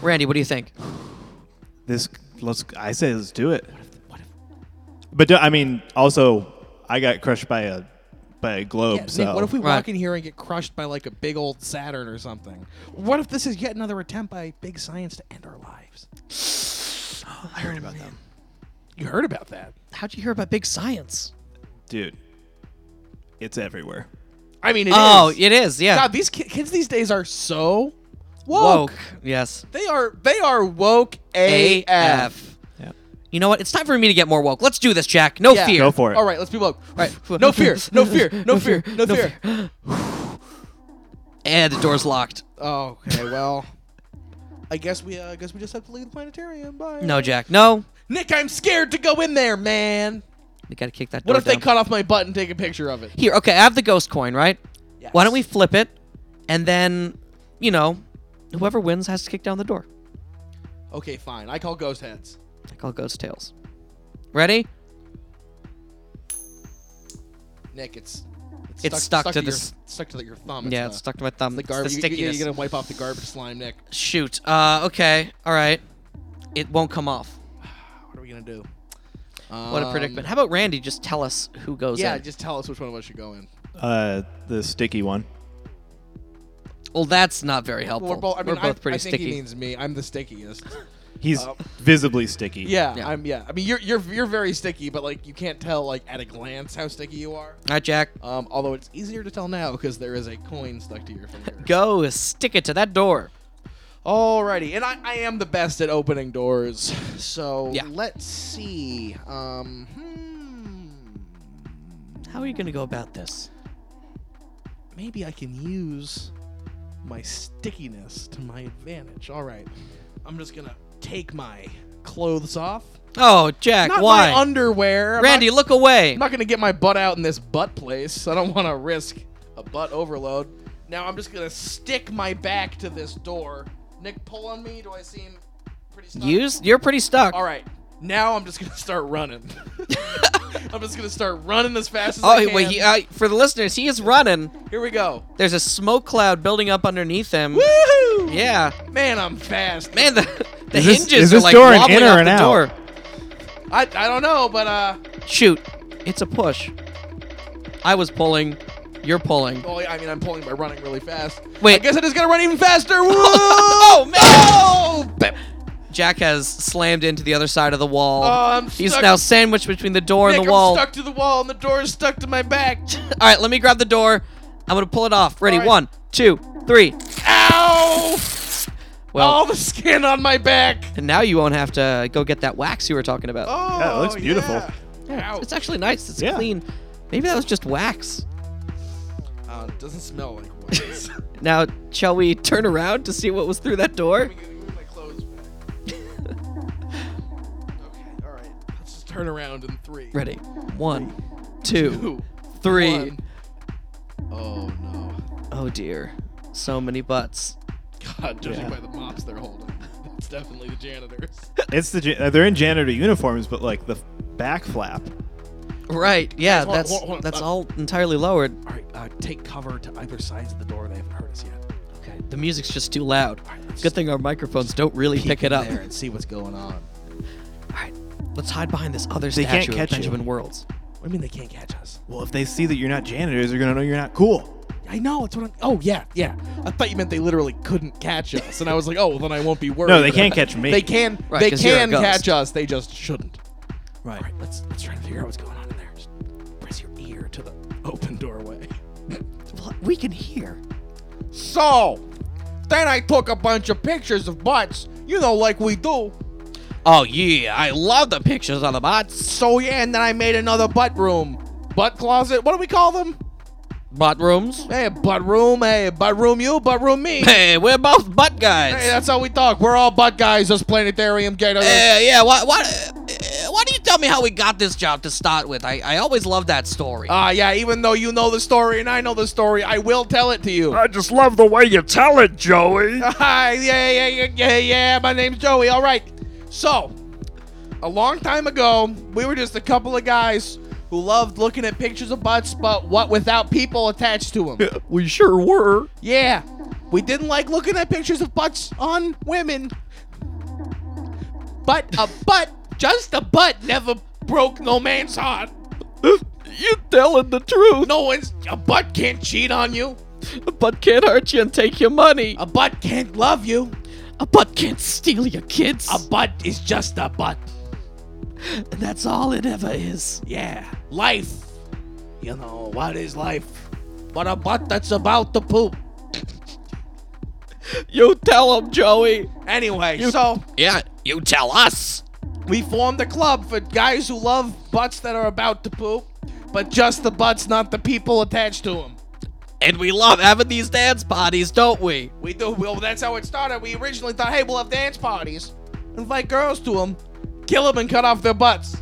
S2: Randy, what do you think?
S4: This. Let's. I say let's do it. But do, I mean, also, I got crushed by a by a globe.
S1: Yeah,
S4: so
S1: Nick, what if we
S2: Right.
S1: walk in here and get crushed by like a big old Saturn or something? What if this is yet another attempt by big science to end our lives?
S4: I heard about them,
S1: You heard about that.
S2: How'd you hear about big science?
S4: dude? It's everywhere.
S1: I mean, it is.
S2: oh, it is. Yeah.
S1: God, these ki- kids these days are so woke.
S2: Woke. Yes.
S1: They are they are woke AF.
S2: AF.
S4: Yeah.
S2: You know what? It's time for me to get more woke. Let's do this, Jack. No
S1: Yeah.
S2: fear.
S4: Go for it.
S1: All right, let's be woke.
S2: Right.
S1: No fear. No fear. No fear. No fear.
S2: And the door's locked.
S1: Oh, okay, well. I guess we uh, I guess we just have to leave the planetarium. Bye.
S2: No, Jack. No.
S1: Nick, I'm scared to go in there, man.
S2: We gotta kick that
S1: What
S2: door
S1: if they
S2: down.
S1: cut off my butt and take a picture of it?
S2: Here, okay, I have the ghost coin, right?
S1: Yes.
S2: Why don't we flip it, and then, you know, whoever wins has to kick down the door.
S1: Okay, fine. I call ghost heads.
S2: I call ghost tails. Ready?
S1: Nick, it's it's,
S2: It's stuck to
S1: your,
S2: this-
S1: stuck to your thumb.
S2: yeah,
S1: the,
S2: it's stuck to my thumb.
S1: The
S2: It's The
S1: garbage. you,
S2: stickiness.
S1: are gonna wipe off the garbage slime, Nick.
S2: Shoot. Uh, okay. All right. It won't come off.
S1: What are we gonna do?
S2: What a
S1: Um,
S2: predicament. How about Randy? Just tell us who goes
S1: Yeah,
S2: in.
S1: just tell us which one of us should go in.
S4: Uh, the sticky one.
S2: Well, that's not very helpful.
S1: Well, we're both. I mean, I,
S2: pretty
S1: I think
S2: sticky.
S1: he means me. I'm the stickiest.
S4: He's
S1: Oh.
S4: visibly sticky.
S1: Yeah,
S2: Yeah.
S1: I'm. Yeah, I mean, you're you're you're very sticky, but like you can't tell like at a glance how sticky you are.
S2: All right, Jack.
S1: Um, although it's easier to tell now because there is a coin stuck to your finger.
S2: Go stick it to that door.
S1: Alrighty, and I, I am the best at opening doors, so
S2: Yeah.
S1: let's see. Um, hmm,
S2: How are you gonna go about this?
S1: maybe I can use my stickiness to my advantage. All right, I'm just gonna take my clothes off.
S2: Oh, Jack.
S1: Not
S2: why?
S1: my underwear, I'm
S2: Randy,
S1: Not,
S2: look away.
S1: I'm not gonna get my butt out in this butt place. I don't want to risk a butt overload. Now I'm just gonna stick my back to this door. Nick, pull on me. Do I seem pretty? Stuck?
S2: Use. You're pretty stuck.
S1: All right. Now I'm just gonna start running. I'm just gonna start running as fast as
S2: Oh
S1: I can.
S2: wait, he, uh, for the listeners, he is running.
S1: Here we go.
S2: There's a smoke cloud building up underneath him.
S1: Woohoo!
S2: Yeah,
S1: Man, I'm fast.
S2: man, the, the
S4: Is this-
S2: hinges
S4: is this
S2: are like
S4: door an
S2: wobbling
S4: in or
S2: off
S4: an
S2: the
S4: out?
S2: door.
S1: I, I don't know, but uh,
S2: Shoot, it's a push. I was pulling, you're pulling.
S1: well, I mean, I'm pulling by running really fast.
S2: Wait.
S1: I guess I just gotta run even faster. Woo!
S2: Oh, man.
S1: Oh, bam.
S2: Jack has slammed into the other side of the wall.
S1: Oh, I'm
S2: He's
S1: stuck.
S2: now sandwiched between the door
S1: Nick,
S2: and the wall.
S1: I'm stuck to the wall, and the door is stuck to my back.
S2: All right, let me grab the door. I'm gonna pull it off. Ready?
S1: All right.
S2: One, two, three.
S1: Ow!
S2: Oh.
S1: All
S2: Well,
S1: the skin on my back.
S2: and now you won't have to go get that wax you were talking about.
S1: Oh,
S4: Yeah, it looks beautiful.
S1: yeah.
S2: Yeah,
S1: Ow.
S2: it's actually nice. It's
S4: Yeah.
S2: clean. Maybe that was just wax.
S1: Uh, it doesn't smell like wax.
S2: Now, shall we turn around to see what was through that door?
S1: Let me get- move my clothes back. okay, all right. Let's just turn around in three.
S2: Ready? One, two,
S1: Two,
S2: three.
S1: one. Oh no!
S2: Oh dear. So many butts.
S1: God, judging
S4: Yeah.
S1: by the mops they're holding, it's definitely the janitors.
S4: It's the ja- uh, they're in janitor uniforms, but like the back flap.
S2: Right. Yeah,
S1: Guys, hold-
S2: that's
S1: hold- hold on.
S2: that's
S1: Uh,
S2: all entirely lowered.
S1: all right, uh, take cover to either sides of the door. They haven't heard us yet.
S2: Okay. The music's just too loud.
S1: right, let's
S2: Good thing our microphones don't really pick it
S1: in
S2: up.
S1: there and see what's going on.
S2: All right. Let's hide behind this other
S4: They can't
S2: statue
S4: catch
S2: of
S4: you.
S2: Benjamin Worlds.
S1: What do you mean they can't catch us?
S4: Well, if they see that you're not janitors, they're gonna know you're not cool.
S1: I know. It's what I'm. Oh yeah, yeah. I thought you meant they literally couldn't catch us, and I was like, oh, well, then I won't be worried.
S4: No, they can't catch me.
S1: They can.
S2: Right,
S1: they
S2: 'cause you're a
S1: can
S2: ghost.
S1: catch us. They just shouldn't.
S4: Right.
S1: All right, let's let's try to figure out what's going on in there. Just press your ear to the open doorway.
S2: Well, we can hear.
S1: So, then I took a bunch of pictures of butts, you know, like we do.
S2: Oh yeah, I love the pictures on the bots.
S1: So, yeah, and then I made another butt room. Butt closet? What do we call them?
S2: Butt rooms.
S1: Hey, butt room. Hey, butt room you, butt room me. Hey,
S2: Hey, we're both butt guys.
S1: that's how we talk. We're all butt guys, us planetarium gators.
S2: Yeah, yeah. Why, why, uh, why do you tell me how we got this job to start with? I, I always love that story.
S5: Uh,
S1: Ah, yeah, even though you know the story and I know the story, I will tell it to you.
S5: I just love the way you tell it, Joey.
S1: Hi, yeah, yeah, yeah, yeah, yeah. My name's Joey. All right. So, a long time ago, we were just a couple of guys who loved looking at pictures of butts, but what without people attached to them.
S5: We sure were.
S1: yeah, we didn't like looking at pictures of butts on women, but a butt, just a butt, never broke no man's heart.
S5: You telling the truth,
S1: No one's a butt can't cheat on you.
S5: but can't hurt you and take your money.
S1: A butt can't love you.
S2: Uh,
S5: A butt can't steal your kids.
S1: A butt is just a butt.
S5: and that's all it ever is.
S1: Yeah, life. You know, what is life? But a butt that's about to poop.
S5: You tell him, Joey.
S1: Anyway, so
S2: yeah, you tell us.
S1: we formed a club for guys who love butts that are about to poop, but just the butts, not the people attached to them.
S2: And we love having these dance parties, don't we?
S1: We do. Well, that's how it started. We originally thought, hey, we'll have dance parties, invite girls to them, kill them, and cut off their butts.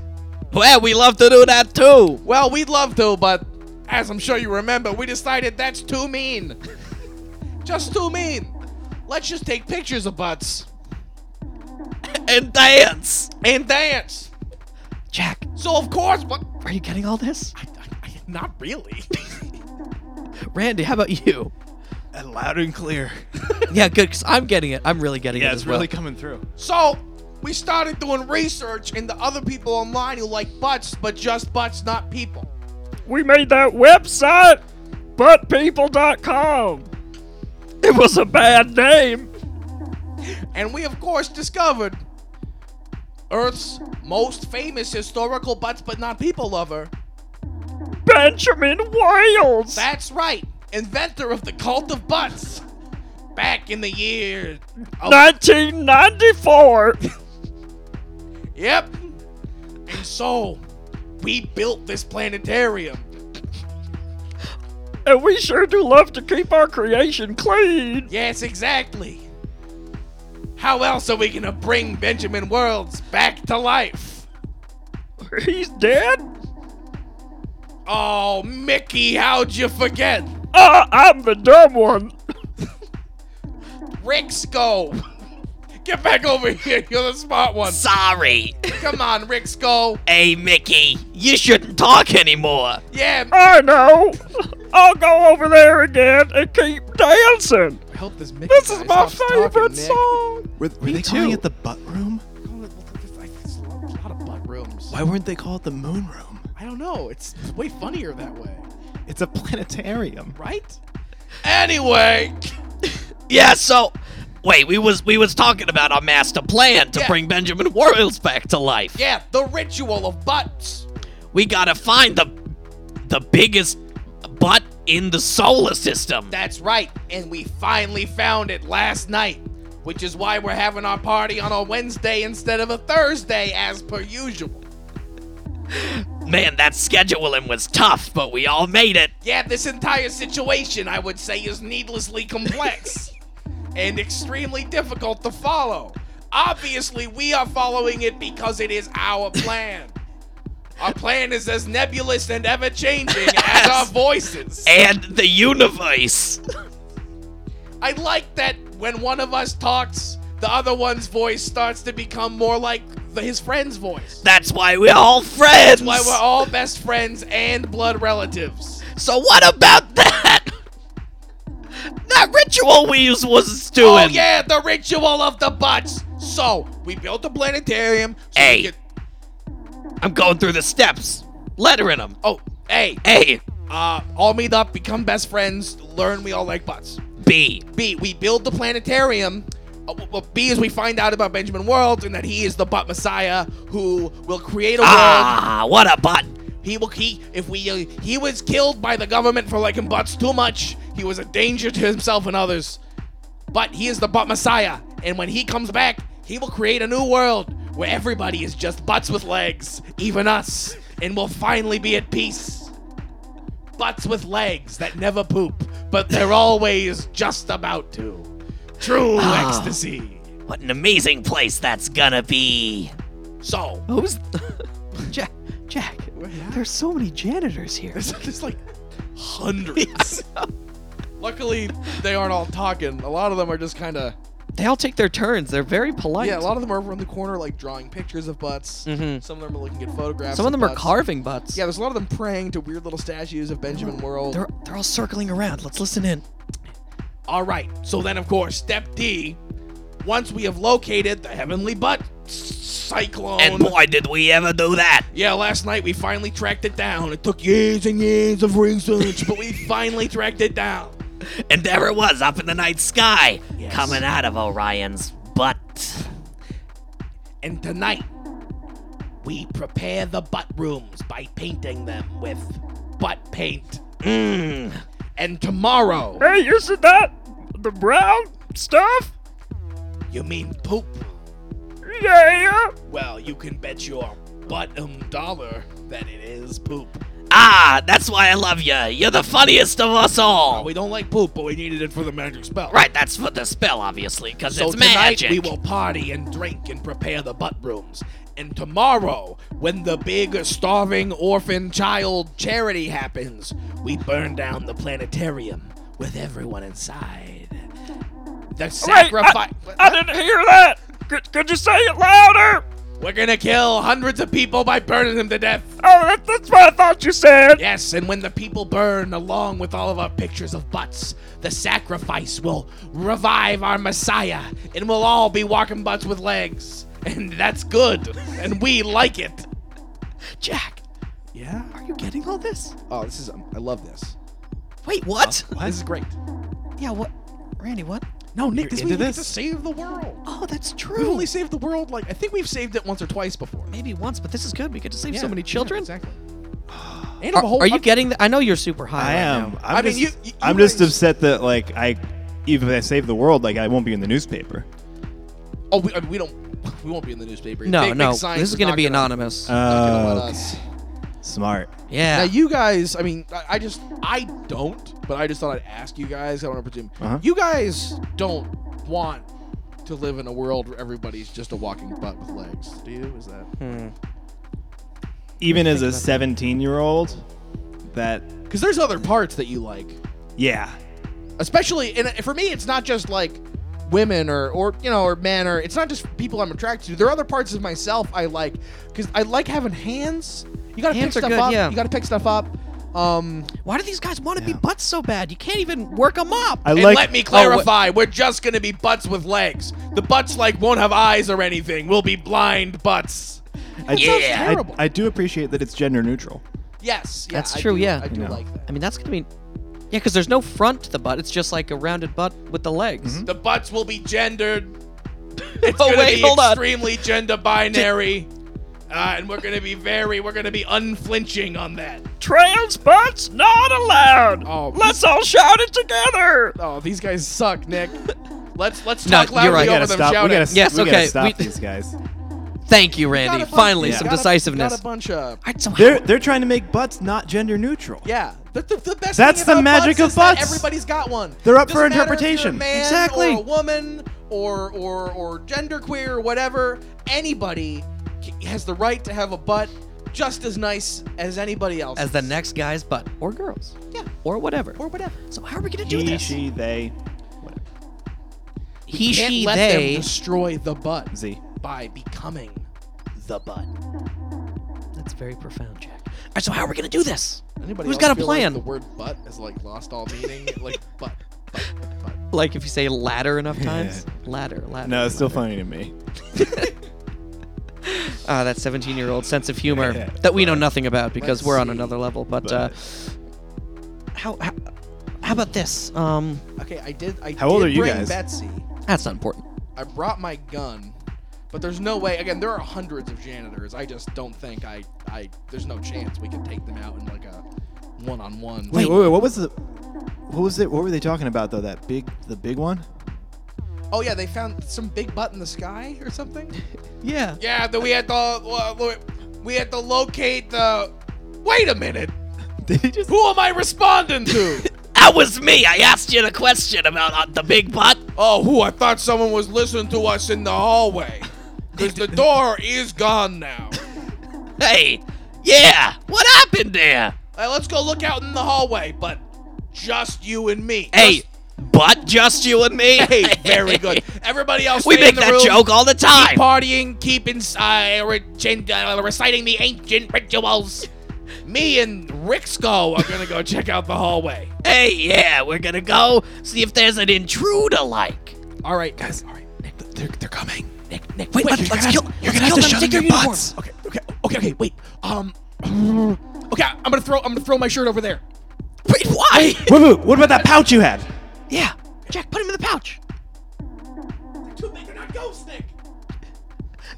S2: Well, we love to do that too.
S1: Well, we'd love to, but as I'm sure you remember, we decided that's too mean. just too mean. Let's just take pictures of butts.
S2: And dance.
S1: and dance.
S5: Jack,
S1: So of course, but
S5: are you getting all this?
S1: not really.
S5: Randy, how about you?
S4: And loud and clear.
S2: Yeah, good, because I'm getting it. I'm really getting
S4: Yeah,
S2: it
S4: it's
S2: as
S4: really
S2: well.
S4: coming through.
S1: so we started doing research into other people online who like butts, but just butts, not people.
S5: We made that website, buttpeople.com. It was a bad name.
S1: And we of course discovered Earth's most famous historical butts, but not people lover.
S5: Benjamin Wales.
S1: That's right, inventor of the cult of butts. Back in the year, of-
S5: 1994.
S1: yep. And so, we built this planetarium.
S5: and we sure do love to keep our creation clean.
S1: Yes, exactly. How else are we gonna bring Benjamin Worlds back to life?
S5: He's dead?
S1: Oh, Mickey, how'd you forget?
S5: Uh, I'm the dumb one.
S1: Rixco! Get back over here, you're the smart one.
S2: Sorry.
S1: Come on, Rixco.
S2: hey, Mickey, you shouldn't talk anymore.
S1: Yeah, I
S5: I know. I'll go over there again and keep dancing.
S1: hope this Mickey.
S5: This is my favorite song.
S4: Were, were they calling it the butt room?
S1: A lot of butt rooms.
S4: Why weren't they called the moon room?
S1: I don't know, it's way funnier that way,
S4: It's a planetarium.
S1: right? Anyway,
S2: Yeah, so wait, we was we was talking about our master plan to
S1: Yeah.
S2: bring Benjamin Worrells back to life.
S1: yeah, the ritual of butts.
S2: We gotta find the the biggest butt in the solar system.
S1: That's right, and we finally found it last night, which is why we're having our party on a Wednesday instead of a Thursday as per usual.
S2: Man, that scheduling was tough, but we all made it.
S1: Yeah, this entire situation, I would say, is needlessly complex and extremely difficult to follow. Obviously, we are following it because it is our plan. Our plan is as nebulous and ever changing as our voices.
S2: And the universe.
S1: I like that when one of us talks, the other one's voice starts to become more like the, his friend's voice.
S2: That's why we're all friends.
S1: Why we're all best friends and blood relatives.
S2: so what about that? that ritual we was, was doing.
S1: Oh yeah, the ritual of the butts. So we built a planetarium. So we
S2: Hey.
S1: could-
S2: I'm going through the steps, lettering them.
S1: oh, hey.
S2: A,
S1: Uh, all meet up, become best friends, learn we all like butts.
S2: B,
S1: B, we build the planetarium. Uh, w- well, B is we find out about Benjamin World and that he is the butt messiah who will create a world
S2: Ah, what a butt.
S1: He will. He if we. Uh, he was killed by the government for liking butts too much. He was a danger to himself and others. But he is the butt messiah, and when he comes back, he will create a new world where everybody is just butts with legs, even us, and we'll finally be at peace. Butts with legs that never poop, but they're always just about to. True ecstasy.
S3: What an amazing place that's gonna be.
S1: So
S2: Who's Jack? Jack, there's so many janitors here.
S1: There's, there's like hundreds. Luckily, they aren't all talking. A lot of them are just kind of.
S2: They all take their turns. They're very polite.
S1: Yeah, a lot of them are over in the corner, like drawing pictures of butts.
S2: Mhm.
S1: Some of them are looking at photographs.
S2: Some of them are
S1: butts.
S2: carving butts.
S1: Yeah, there's a lot of them praying to weird little statues of Benjamin Worrell.
S2: they're they're all circling around. Let's listen in.
S1: All right. So then, of course, step D. Once we have located the heavenly butt s- cyclone.
S3: And boy, did we ever do that!
S1: yeah, last night we finally tracked it down. It took years and years of research, but we finally tracked it down.
S3: And there it was up in the night sky, coming out of Orion's butt.
S1: And tonight, we prepare the butt rooms by painting them with butt paint. Mm.
S3: Mmm.
S1: And tomorrow,
S5: Hey, isn't that the brown stuff?
S1: you mean poop?
S5: Yeah.
S1: Well, you can bet your bottom dollar that it is poop.
S3: Ah, that's why I love you. You're the funniest of us
S1: Oh,
S3: all.
S1: we don't like poop, but we needed it for the magic spell.
S3: Right, that's for the spell, obviously, because
S1: So
S3: it's
S1: tonight
S3: magic.
S1: we will party and drink and prepare the butt rooms. And tomorrow, when the big starving orphan child charity happens, we burn down the planetarium with everyone inside. The
S5: Wait,
S1: sacrifice.
S5: I, I didn't hear that. Could, could you say it louder?
S1: We're gonna kill hundreds of people by burning them to death.
S5: Oh, that, that's what I thought you said.
S1: Yes, and when the people burn along with all of our pictures of butts, the sacrifice will revive our Messiah, and we'll all be walking butts with legs. And that's good, and we like it.
S2: Jack,
S1: Yeah?
S2: are you getting all this?
S1: Oh, this is, um, I love this.
S2: Wait, what?
S1: This is great.
S2: Yeah, Uh, what? Randy, what?
S1: No, Nick, this
S4: into
S1: means we get to
S4: this?
S1: save the world.
S2: Oh, that's true.
S1: We've only saved the world, like, I think we've saved it once or twice before.
S2: Maybe once, but this is good. We get to save
S1: Yeah,
S2: so many
S1: yeah,
S2: children.
S1: exactly. And
S2: Are,
S1: a whole
S2: are you
S1: bunch-
S2: getting? The, I know you're super high.
S4: I
S2: right
S4: am.
S2: now.
S4: I'm
S1: I mean,
S4: just,
S1: you- you-
S4: I'm
S1: you
S4: just
S1: guys-
S4: upset that like I, even if I save the world, like I won't be in the newspaper.
S1: Oh, we, I mean, we don't. We won't be in the newspaper.
S2: No,
S1: Big- big
S2: no.
S1: signs
S2: This is
S1: not
S2: gonna Uh, be
S1: gonna-
S2: anonymous.
S1: not gonna
S4: Oh,
S1: let
S4: okay.
S1: us.
S4: smart.
S2: yeah.
S1: Now you guys, I mean, I, I just I don't, but I just thought I'd ask you guys. I don't want to presume.
S4: Uh-huh.
S1: You guys don't want to live in a world where everybody's just a walking butt with legs, do you? Is that
S2: Hmm.
S4: Even as a 17 year old, that
S1: because there's other parts that you like,
S4: yeah,
S1: especially and uh, for me, it's not just like women or or you know or men or it's not just people I'm attracted to. There are other parts of myself I like because I like having hands. You gotta
S2: Hands
S1: pick
S2: are
S1: stuff
S2: good,
S1: up.
S2: yeah.
S1: You gotta pick stuff up. Um,
S2: Why do these guys want to be butts so bad? You can't even work them up.
S4: I
S1: And
S4: like.
S1: let me
S2: oh,
S1: clarify, we're just gonna be butts with legs. The butts like won't have eyes or anything. We'll be blind butts.
S4: I,
S3: sounds
S4: I-
S1: terrible.
S4: I, do appreciate that it's gender neutral.
S1: Yes, yeah,
S2: That's
S1: I
S2: true,
S1: do-
S2: yeah.
S1: I do
S4: No.
S1: like that.
S2: I mean, that's gonna be. Yeah, because there's no front to the butt. It's just like a rounded butt with the legs.
S1: The butts will be gendered. It's
S2: Oh,
S1: gonna
S2: wait,
S1: be
S2: hold on.
S1: extremely gender binary. Uh, and we're gonna be very, we're gonna be unflinching on that.
S5: Trans butts not allowed.
S1: Oh.
S5: Let's all shout it together.
S1: Oh, these guys suck, Nick. Let's let's
S2: No,
S1: talk
S2: you're
S1: loudly over
S2: right.
S4: We gotta
S1: them
S4: stop. We
S1: shouting.
S4: gotta,
S2: Yes,
S4: we
S2: okay,
S4: gotta stop
S2: we-
S4: these guys.
S2: Thank you, Randy.
S1: Got a bunch-
S2: Finally,
S1: yeah.
S2: some
S1: got a-
S2: decisiveness.
S1: Got a bunch of
S2: All right, so
S4: They're they're trying to make butts not gender neutral.
S1: Yeah, the, the, the best.
S4: That's
S1: thing
S4: the
S1: about
S4: magic
S1: butts
S4: of
S1: is that
S4: butts.
S1: everybody's got one.
S4: They're up for
S1: Doesn't matter if you're a
S4: interpretation.
S1: man
S2: Exactly.
S1: Or a woman, or or or genderqueer, or whatever. Anybody c- has the right to have a butt just as nice as anybody else.
S2: as the next guy's butt or girls.
S1: Yeah.
S2: Or whatever.
S1: or whatever.
S2: So how are we gonna do
S4: He,
S2: this?
S4: she, they,
S2: he,
S1: Can't
S2: she,
S1: let
S2: they.
S1: them destroy the butt
S4: z.
S1: by becoming the butt.
S2: That's very profound, Jack. All right, so how are we gonna do this?
S1: Anybody
S2: Who's
S1: else
S2: got a
S1: feel like
S2: plan?
S1: the word "butt" has like lost all meaning. like butt, butt, butt.
S2: Like if you say ladder enough times, ladder, ladder.
S4: No, it's still funny to me.
S2: Ah, that 17-year-old sense of humor that we know nothing about because we're on another level. But, uh, how, how how about this? Um,
S1: Okay, I did. I
S4: How old
S1: did
S4: are you
S1: bring
S4: guys?
S1: Betsy.
S2: that's not important.
S1: I brought my gun But there's no way. Again, there are hundreds of janitors. I just don't think I. I there's no chance we could take them out in like a one-on-one.
S4: Wait, wait, wait, what was the what was it? What were they talking about though? That big, the big one.
S1: Oh yeah, they found some big butt in the sky or something.
S2: Yeah.
S1: yeah, that we had to uh, we had to locate the. Wait a minute.
S4: Did he just?
S1: Who am I responding to?
S3: That was me. I asked you the question about uh, the big butt.
S1: oh, who? I thought someone was listening to us in the hallway. Cause the door is gone now.
S3: Hey, yeah. What happened there?
S1: Hey, let's go look out in the hallway, but just you and me.
S3: Hey,
S1: Just-
S3: butt just you and me.
S1: hey, very good. Everybody else,
S3: we
S1: stay
S3: make
S1: in the
S3: that
S1: room.
S3: joke all the time.
S1: Keep partying, keep ins- uh, re- gen- uh, reciting the ancient rituals. Me and Rixco are gonna go check out the hallway.
S3: Hey, yeah, we're gonna go see if there's an intruder like.
S1: All right, guys. All right, Nick, they're, they're coming.
S3: Nick, Nick, wait, let's, let's kill,
S1: You're gonna
S3: let's kill
S1: have to
S3: them.
S1: shut
S3: Take
S1: in your
S3: their uniform.
S1: butts. Okay, okay, okay, okay. Wait. Um. Okay, I'm gonna throw. I'm gonna throw my shirt over there.
S3: Wait, why?
S4: Woo, woo, what about that pouch you had?
S3: yeah, Jack, put him in the pouch.
S1: Too big, they're not ghosts, Nick.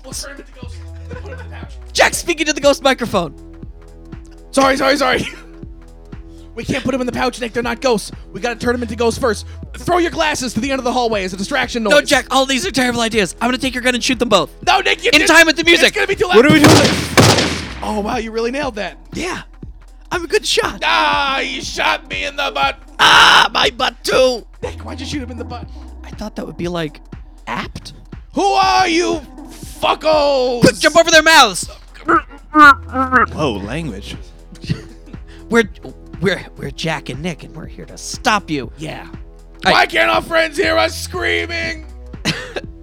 S1: We'll turn him into ghosts. Put him in the pouch.
S2: Jack speaking to the ghost microphone.
S1: Sorry, sorry, sorry. We can't put him in the pouch, Nick. They're not ghosts. We gotta turn him into ghosts first. Throw your glasses to the end of the hallway as a distraction noise.
S2: No, Jack, all these are terrible ideas. I'm gonna take your gun and shoot them both.
S1: No, Nick. You
S2: In
S1: did-
S2: time with the music.
S1: It's gonna be too loud.
S4: What are we doing?
S1: Oh wow, you really nailed that.
S2: Yeah. I'm a good shot.
S1: Ah, you shot me in the butt.
S3: Ah, my butt too.
S1: Nick, why'd you shoot him in the butt?
S2: I thought that would be like apt.
S1: Who are you, fuckos?
S2: Quick, jump over their mouths.
S4: Whoa, language.
S2: We're we're we're Jack and Nick, and we're here to stop you.
S1: Yeah.
S2: I-
S1: Why can't our friends hear us screaming?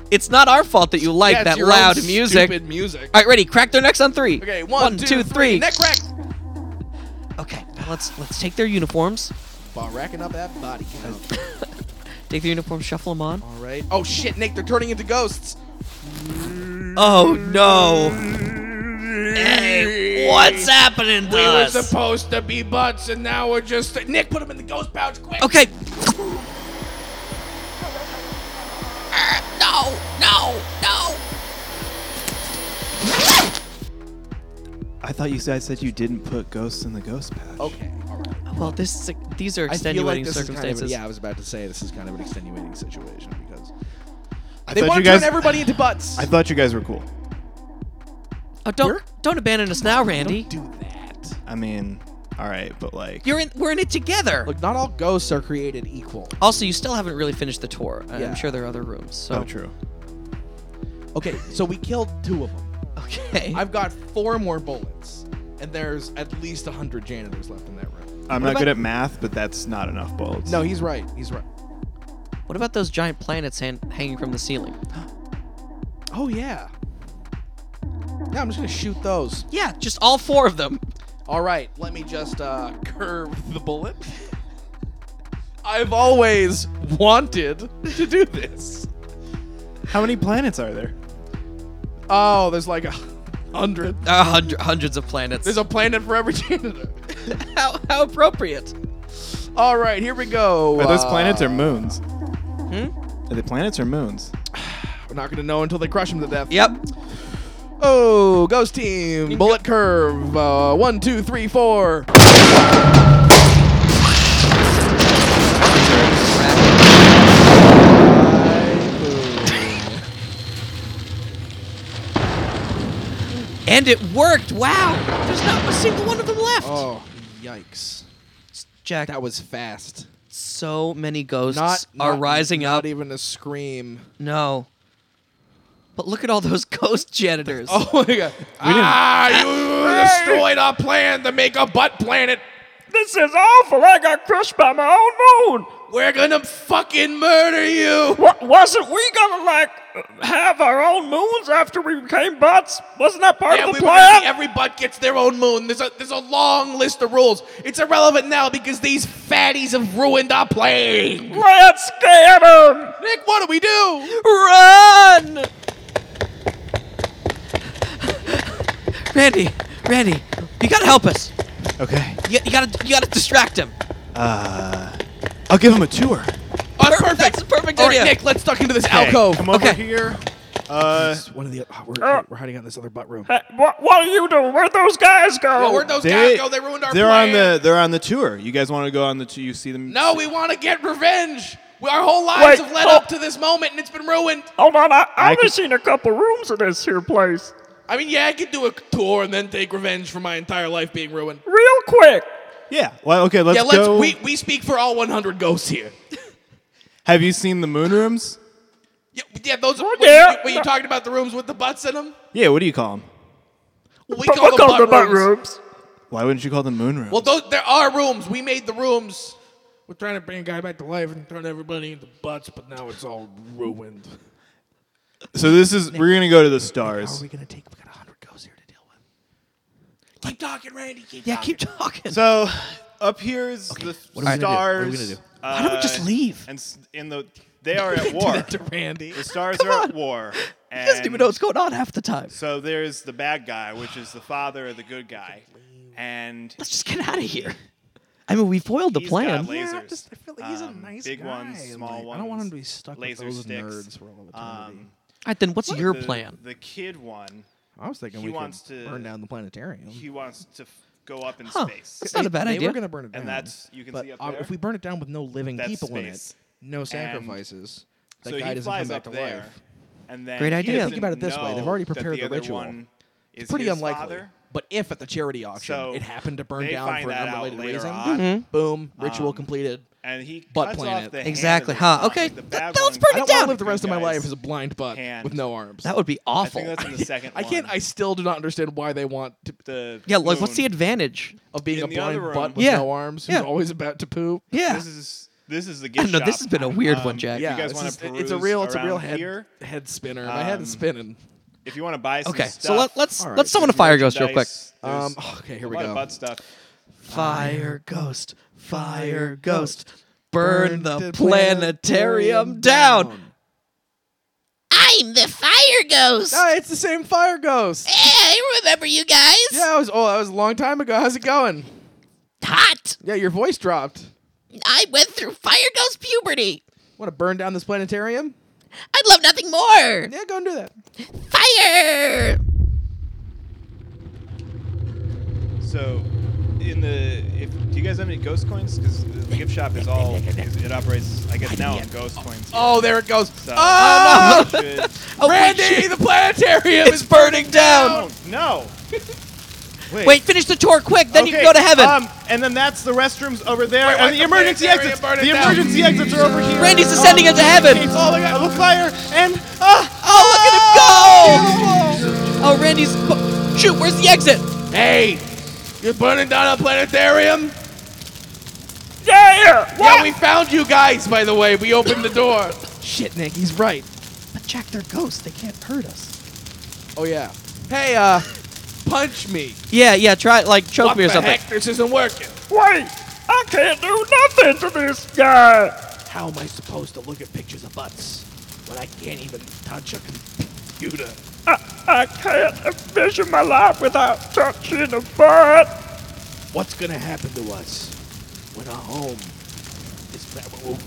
S2: It's not our fault that you like
S1: Yeah, it's
S2: that
S1: your own
S2: loud music.
S1: Stupid music.
S2: All right, ready? Crack their necks on three.
S1: Okay, one,
S2: two,
S1: two, three.
S2: three.
S1: Neck crack.
S2: Okay, now let's let's take their uniforms.
S1: While racking up that body count.
S2: Take their uniforms, shuffle them on.
S1: All right. Oh shit, Nick, they're turning into ghosts. Mm.
S2: Oh no!
S3: Hey, what's happening to
S1: We were
S3: us?
S1: supposed to be butts, and now we're just Nick. Put him in the ghost pouch, quick.
S2: Okay,
S3: no, no, no.
S4: I thought you guys said you didn't put ghosts in the ghost pouch.
S1: Okay. All right.
S2: well this is these are
S1: I feel like
S2: extenuating
S1: this is kind
S2: circumstances.
S1: of yeah. I was about to say this is kind of an extenuating situation because
S4: I
S1: they
S4: thought
S1: want
S4: you
S1: to turn
S4: guys.
S1: everybody into butts.
S4: I thought you guys were cool.
S2: Oh, don't
S1: We're-
S2: don't abandon us now, Randy.
S1: Don't do that.
S4: I mean, all right, but like,
S2: You're in. We're in it together.
S1: Look, not all ghosts are created equal.
S2: also, you still haven't really finished the tour. and
S1: Yeah.
S2: I'm sure there are other rooms. So
S4: oh, true.
S1: Okay, so we killed two of them.
S2: okay.
S1: I've got four more bullets, and there's at least a hundred janitors left in that room.
S2: What
S4: I'm not
S2: about-
S4: good at math, but that's not enough bullets.
S1: No, he's right. He's right.
S2: what about those giant planets han- hanging from the ceiling?
S1: Oh yeah. Yeah, I'm just gonna shoot those.
S2: Yeah, just all four of them.
S1: All right, let me just uh, curve the bullet. I've always wanted to do this.
S4: How many planets are there?
S1: Oh, there's like a hundred.
S2: There are hundred, hundreds of planets.
S1: There's a planet for every janitor.
S2: how, how appropriate.
S1: All right, here we go.
S4: Are those
S1: Uh,
S4: planets or moons?
S1: Hmm?
S4: Are they planets or moons?
S1: We're not gonna know until they crush him to death.
S2: Yep.
S1: Oh, ghost team, bullet curve. Uh, one, two, three, four.
S2: And it worked. Wow. There's not a single one of them left.
S1: Oh, yikes!
S2: Jack,
S1: That was fast.
S2: so many ghosts
S1: Not
S2: are
S1: not-
S2: rising
S1: not
S2: up.
S1: even a scream.
S2: No. But look at all those ghost janitors.
S1: Oh my god. ah, you destroyed our plan to make a butt planet.
S5: This is awful. I got crushed by my own moon.
S1: We're gonna fucking murder you.
S5: What wasn't we gonna like have our own moons after we became bots? Wasn't that part
S1: Yeah,
S5: of
S1: we
S5: the
S1: were gonna
S5: plan?
S1: see every butt gets their own moon. There's a there's a long list of rules. It's irrelevant now because these fatties have ruined our plane.
S5: Let's get 'em.
S1: Nick, what do we do?
S2: Run! Randy, Randy, you gotta help us.
S4: Okay.
S2: You, you gotta, you gotta distract him.
S4: I'll give them a tour.
S1: Oh, that's perfect.
S2: That's the perfect
S1: All right,
S2: idea.
S1: Nick, let's duck into this
S4: Okay,
S1: alcove.
S4: Come over
S2: Okay.
S4: here. Uh,
S1: It's one of the oh, we're, we're hiding out in this other butt room.
S5: Hey, what, what are you doing? Where'd those guys go?
S1: Yeah, Oh, where'd those guys go? They ruined our
S4: They're
S1: plan.
S4: on the they're on the tour. You guys want to go on the tour? You see them?
S1: No, we want to get revenge. We, our whole lives
S5: Wait,
S1: have led
S5: oh.
S1: up to this moment, and it's been ruined.
S5: Hold on, I, I
S4: I
S5: only
S4: could-
S5: seen a couple rooms in this here place.
S1: I mean, yeah, I could do a tour and then take revenge for my entire life being ruined.
S5: Real quick.
S4: Yeah. Well, okay. Let's,
S1: yeah, let's.
S4: go.
S1: We, we speak for all 100 ghosts here.
S4: Have you seen the moon rooms?
S1: Yeah, yeah those. Were,
S5: yeah.
S1: were you talking about the rooms with the butts in them?
S4: Yeah. What do you call them?
S1: Well, we
S5: But
S1: call
S5: we'll
S1: them
S5: call them
S1: butt
S5: butt
S1: rooms.
S5: rooms.
S4: Why wouldn't you call them moon rooms?
S1: Well, those, there are rooms. We made the rooms. We're trying to bring a guy back to life and turn everybody into butts, but now it's all ruined.
S4: so this is we're gonna go to the
S1: How are
S4: stars.
S1: we gonna take? We got 100 ghosts here to deal with. Keep talking, Randy. Keep
S2: Yeah,
S1: talking.
S2: keep talking.
S4: So up here's the
S1: what are we gonna do? What are we
S4: stars.
S1: gonna do?
S2: Why don't we just
S4: uh,
S2: leave?
S4: And s- in the they are at war.
S1: to Randy.
S4: The stars
S2: Come
S4: are
S2: on.
S4: at war.
S2: He doesn't even know
S4: and-
S2: what's going on half the time.
S4: So there's the bad guy, which is the father of the good guy, and
S2: Let's just get out of here. I mean, we foiled the
S4: he's
S2: plan.
S4: got lasers.
S1: I feel like he's a
S4: Um,
S1: nice
S4: big
S1: guy.
S4: ones, small
S1: Like,
S4: ones.
S1: I don't want him to be stuck
S4: laser
S1: with those
S4: sticks.
S1: nerds for all of eternity.
S4: Um,
S2: All right, then what's your
S4: the-
S2: plan?
S4: The kid one,
S1: I was thinking
S4: he
S1: we
S4: wants
S1: could
S4: to-
S1: burn down the planetarium.
S4: he wants to f- go up in
S2: Huh.
S4: space.
S2: That's not a bad
S1: they
S2: idea.
S1: We're gonna burn it down,
S4: And that's- you can
S1: but
S4: see up
S1: uh,
S4: there.
S1: if we burn it down with no living
S4: That's
S1: people
S4: space.
S1: in it, no sacrifices, that
S4: so
S1: guy
S4: he
S1: doesn't
S4: flies
S1: come back
S4: up
S1: to
S4: there,
S1: life.
S4: and then
S2: Great
S4: he
S2: idea.
S4: doesn't
S1: Think about it this way, they've
S4: know
S1: already
S4: that
S1: prepared the
S4: other
S1: ritual.
S4: one is
S1: Pretty
S4: his
S1: unlikely.
S4: father.
S1: But if at the charity auction
S4: So
S1: it happened to burn
S4: they
S1: down
S4: find
S1: for an
S4: that out
S1: unrelated
S4: later
S1: reason,
S4: on.
S2: Mm-hmm.
S4: Um,
S1: boom, ritual completed.
S4: and he
S1: Butt
S4: cuts
S1: planet.
S4: off the hand
S2: Exactly,
S4: of the
S2: huh,
S4: son,
S2: okay.
S4: the
S2: Th-
S4: bad
S2: that was
S4: one.
S2: burn
S1: I
S2: it
S1: don't
S2: down.
S1: want to live the rest of my
S4: Guys.
S1: life as a blind butt with
S4: hand.
S1: no arms.
S2: That would be
S4: I
S2: awful.
S4: think that's in the second.
S1: I can't.
S4: one.
S1: I still do not understand why they want to,
S4: the
S2: yeah, like, what's the
S4: moon.
S2: advantage?
S1: of being
S4: In
S1: a
S4: the other
S1: blind
S4: room-
S1: butt with
S2: Yeah.
S1: no arms who's
S2: Yeah.
S1: always about to poop.
S2: Yeah.
S4: This is this is the gift.
S2: know, this
S4: shop.
S2: has been a weird one,
S4: Um,
S2: Jack.
S4: if
S1: yeah,
S4: you guys
S1: this
S4: want
S1: is-
S4: to
S1: it-
S4: peruse
S1: it's a real, it's a real
S4: around
S1: head
S4: here,
S1: head spinner. My head is
S4: Um,
S1: spinning.
S4: If you want to buy some
S2: Okay,
S4: stuff, uh,
S2: so let, let's
S1: All right,
S2: let's summon a
S1: there's
S2: fire ghost real quick. oh,
S4: merchandise,
S1: Um,
S4: there's
S1: okay, here
S4: a
S1: we
S4: lot of
S1: go.
S4: butt stuff.
S2: Fire ghost, fire
S1: ghost,
S2: ghost, burn
S1: burn
S2: the
S1: the planetarium
S2: planetarium down.
S3: I'm the fire ghost.
S1: Ah, it's the same fire ghost.
S3: Hey, I remember you guys.
S1: Yeah, I was. Oh, that was a long time ago. How's it going?
S3: Hot.
S1: Yeah, your voice dropped.
S3: I went through fire ghost puberty.
S1: Want to burn down this planetarium?
S3: I'd love nothing more.
S1: Yeah, go and do that.
S3: Fire.
S4: So, in the if do you guys have any ghost coins? Because the gift shop is all is, it operates. I guess now on ghost coins.
S1: Oh, there it goes.
S4: So-
S1: Oh,
S4: You should-
S2: Oh, wait,
S1: Randy,
S2: shit.
S1: the planetarium
S2: It's
S1: is burning
S2: burning down.
S1: down.
S4: oh no!
S2: Wait, finish the tour quick, then you can
S4: Okay,
S2: go to heaven.
S4: Um, and then that's the restrooms over there,
S1: Wait, wait,
S4: and the
S1: the
S4: emergency
S1: planetarium
S4: exits.
S1: burned
S4: The
S1: it down.
S4: emergency exits are over here. Oh,
S2: Randy's ascending into heaven.
S4: All I got a fire and ah!
S2: Oh, look at him go! Oh, Randy's. Shoot, where's the exit?
S1: Hey, you're burning down a planetarium?
S5: Yeah! What?
S1: Yeah, we found you guys. By the way, we opened the door. Shit, Nick, he's right.
S2: But Jack, they're ghosts. They can't hurt us.
S1: Oh yeah. Hey, uh, punch me.
S2: Yeah, yeah. Try like choke
S1: what
S2: me or
S1: the
S2: something.
S1: heck? This isn't working.
S5: Wait! I can't do nothing to this guy!
S1: How am I supposed to look at pictures of butts when I can't even touch a computer?
S5: I, I can't envision my life without touching a butt!
S1: What's gonna happen to us when our home is?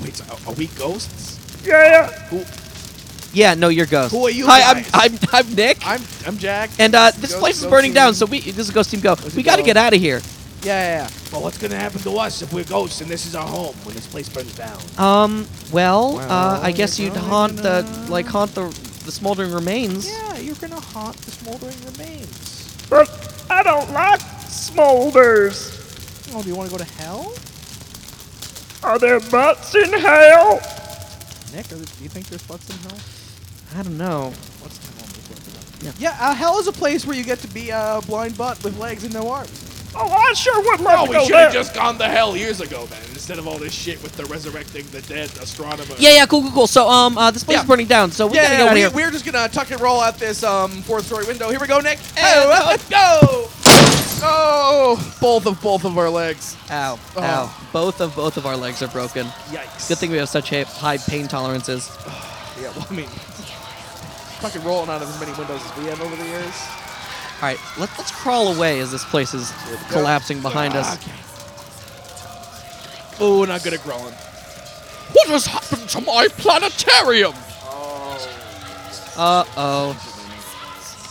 S1: Wait, so are- are we ghosts?
S5: Yeah!
S2: Yeah, no, you're ghost.
S1: Who are you
S2: Hi,
S1: guys?
S2: I'm, I'm I'm Nick.
S1: I'm I'm Jack.
S2: and uh, this
S1: Ghost-
S2: place is
S1: ghost
S2: burning
S1: team.
S2: down, so we this is Ghost Team Go.
S1: Ghost
S2: We
S1: Team
S2: got to
S1: Go.
S2: get out of here.
S1: Yeah, yeah, yeah. But what's gonna happen to us if we're ghosts and this is our home when this place burns down?
S2: Um, well, uh, I
S1: Well,
S2: guess
S1: you
S2: you'd
S1: know,
S2: haunt
S1: you
S2: the
S1: know.
S2: like haunt the the smoldering remains.
S1: Yeah, you're gonna haunt the smoldering remains.
S5: But I don't like smolders!
S1: Oh, do you want to go to hell?
S5: Are there butts in hell?
S1: Nick, are there, do you think there's butts in hell?
S2: I don't know.
S1: What's hell?
S2: Yeah.
S1: Yeah, uh, hell is a place where you get to be a blind butt with legs and no arms.
S5: Oh, I sure would
S1: No,
S5: love to
S1: we
S5: go
S1: should have
S5: there!
S1: just gone to hell years ago, man. Instead of all this shit with the resurrecting the dead astronomer.
S2: Yeah, yeah, cool, cool, cool. So, um, uh, this place
S1: Yeah.
S2: is burning down, so we
S1: yeah,
S2: gotta get out of
S1: we,
S2: here.
S1: we're just gonna tuck and roll out this um, fourth story window. Here we go, Nick. Hey,
S2: Hey,
S1: let's, let's go! Oh, both of both of our legs.
S2: Ow,
S1: Oh.
S2: ow! Both of both of our legs are broken.
S1: Yikes.
S2: Good thing we have such ha- high pain tolerances.
S1: Yeah, well, I mean, fucking rolling out of as many windows as we have over the years.
S2: All right, let's let's crawl away as this place is
S1: we go.
S2: collapsing behind us.
S1: Oh, we're not good at growing. What has happened to my planetarium?
S6: Uh oh.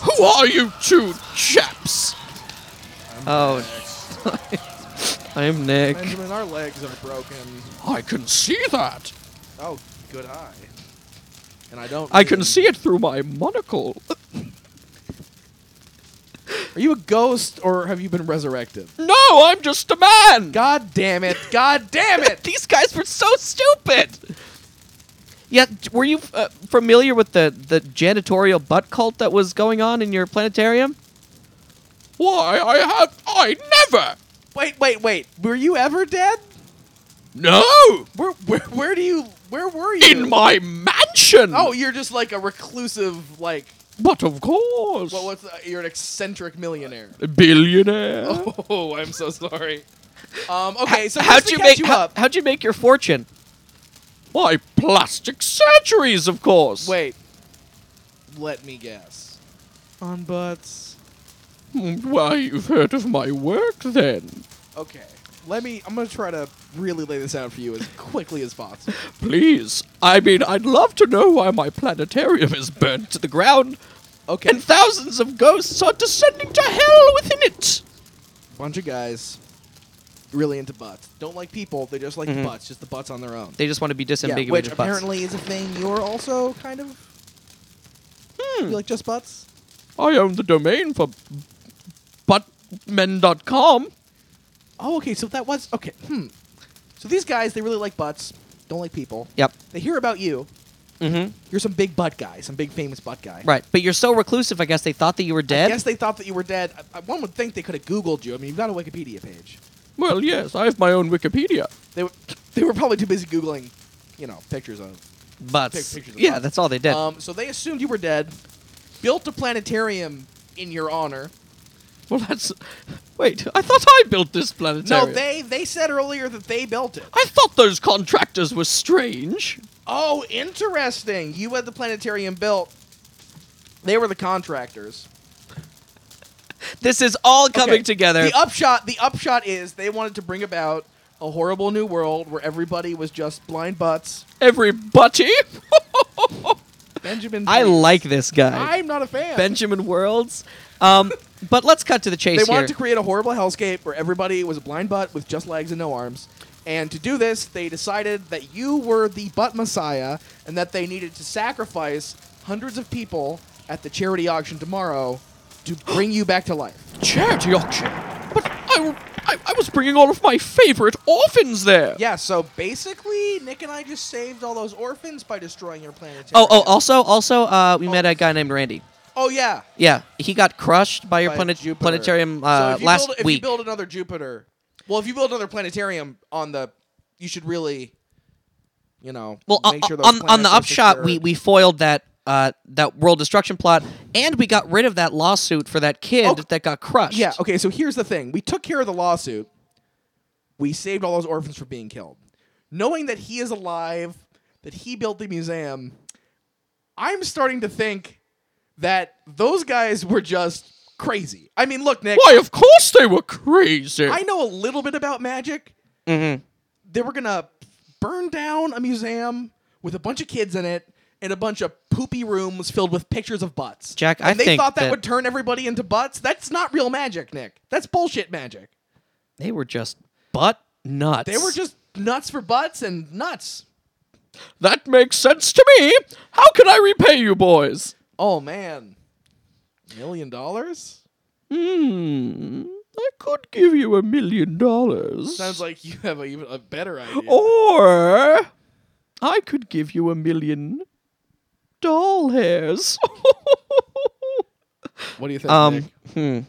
S1: Who are you two chaps?
S6: Oh. I'm Nick.
S4: Benjamin, our legs are broken.
S1: I can see that.
S4: Oh, good eye.
S1: And I don't.
S2: I can see it through my monocle.
S1: Are you a ghost or have you been resurrected?
S2: No, I'm just a man.
S1: God damn it! God damn it!
S2: These guys were so stupid. Yeah, d- were you uh, familiar with the the janitorial butt cult that was going on in your planetarium? Why, I have I never.
S1: Wait, wait, wait. Were you ever dead?
S2: No,
S1: Where, where, where do you? Where were you?
S2: in my mansion.
S1: Oh, you're just like a reclusive, like
S2: but of course,
S1: what, what's uh, you're an eccentric millionaire.
S2: billionaire.
S1: Oh, I'm so sorry. Um, okay, so just
S2: how'd
S1: to
S2: you
S1: catch
S2: make
S1: you
S2: how,
S1: up?
S2: how'd you make your fortune? Why, plastic surgeries, of course.
S1: Wait, let me guess. On butts.
S2: why you've heard of my work then?
S1: Okay, let me. I'm gonna try to really lay this out for you as quickly as possible.
S2: Please, I mean, I'd love to know why my planetarium is burnt to the ground
S1: Okay,
S2: and thousands of ghosts are descending to hell within it.
S1: bunch of guys really into butts. Don't like people. They just like
S2: Mm-hmm.
S6: Mhm.
S1: butts. Just the butts on their own.
S6: They just want to be
S1: Yeah,
S6: disambiguated.
S1: which
S6: butts.
S1: apparently is a thing you're also kind of.
S2: Hmm.
S1: You like just butts?
S2: I own the domain for buttmen.com.
S1: Oh, okay. So that was okay. Hmm. So these guys, they really like butts. Don't like people.
S6: Yep.
S1: They hear about you.
S6: Mm-hmm.
S1: You're some big butt guy, some big famous butt guy.
S6: Right, but you're so reclusive. I guess they thought that you were dead.
S1: I guess they thought that you were dead. I- I, one would think they could have Googled you. I mean, you've got a Wikipedia page.
S2: Well, yes, I have my own Wikipedia.
S1: They were, they were probably too busy Googling, you know, pictures of.
S6: butts.
S1: Pic- pictures of
S6: yeah,
S1: butts.
S6: that's all they did.
S1: Um, so they assumed you were dead, built a planetarium in your honor.
S2: Well, that's. Wait, I thought I built this planetarium.
S1: No, they they said earlier that they built it.
S2: I thought those contractors were strange.
S1: Oh, interesting. You had the planetarium built. They were the contractors.
S6: this is all coming
S1: Okay.
S6: together.
S1: The upshot, the upshot is they wanted to bring about a horrible new world where everybody was just blind butts.
S2: Every butty.
S1: Benjamin,
S6: I
S1: please.
S6: like this guy,
S1: I'm not a fan.
S6: Benjamin Worlds. Um, but let's cut to the
S1: they
S6: chase
S1: wanted
S6: here.
S1: to create a horrible hellscape where everybody was a blind butt with just legs and no arms. And to do this, they decided that you were the butt messiah and that they needed to sacrifice hundreds of people at the charity auction tomorrow to bring you back to life.
S2: Charity auction. But I, I, I was bringing all of my favorite orphans there.
S1: Yeah, so basically, Nick and I just saved all those orphans by destroying your planetarium.
S6: oh, oh, also, also, uh, we met a guy named Randy.
S1: Oh, yeah.
S6: Yeah, he got crushed by your
S1: by
S6: planet-
S1: Jupiter.
S6: planetarium
S1: So
S6: uh,
S1: if you
S6: last
S1: build, if
S6: week.
S1: you build another Jupiter, well, if you build another planetarium on the, you should really, you know,
S6: well,
S1: make
S6: on,
S1: sure those
S6: on, on the
S1: planets are
S6: upshot,
S1: secured.
S6: we, we foiled that uh, that world destruction plot, and we got rid of that lawsuit for that kid
S1: Oh,
S6: that got crushed.
S1: yeah. Okay, so here's the thing: we took care of the lawsuit. We saved all those orphans from being killed, knowing that he is alive, that he built the museum. I'm starting to think that those guys were just crazy. I mean, look, Nick.
S2: Why, of course they were crazy.
S1: I know a little bit about magic.
S6: Mm-hmm.
S1: They were gonna burn down a museum with a bunch of kids in it and a bunch of poopy rooms filled with pictures of butts.
S6: Jack, I
S1: and they
S6: think
S1: thought that,
S6: that-
S1: would turn everybody into butts. That's not real magic, Nick. That's bullshit magic.
S6: they were just butt nuts.
S1: They were just nuts for butts and nuts.
S2: that makes sense to me. How can I repay you boys?
S1: Oh man, million dollars
S2: Hmm. I could give you a million dollars.
S1: sounds like you have a, even a better idea.
S6: Oh,
S2: Or I could give you a million doll hairs.
S1: What do you think?
S6: Um,
S1: Nick?
S6: hmm.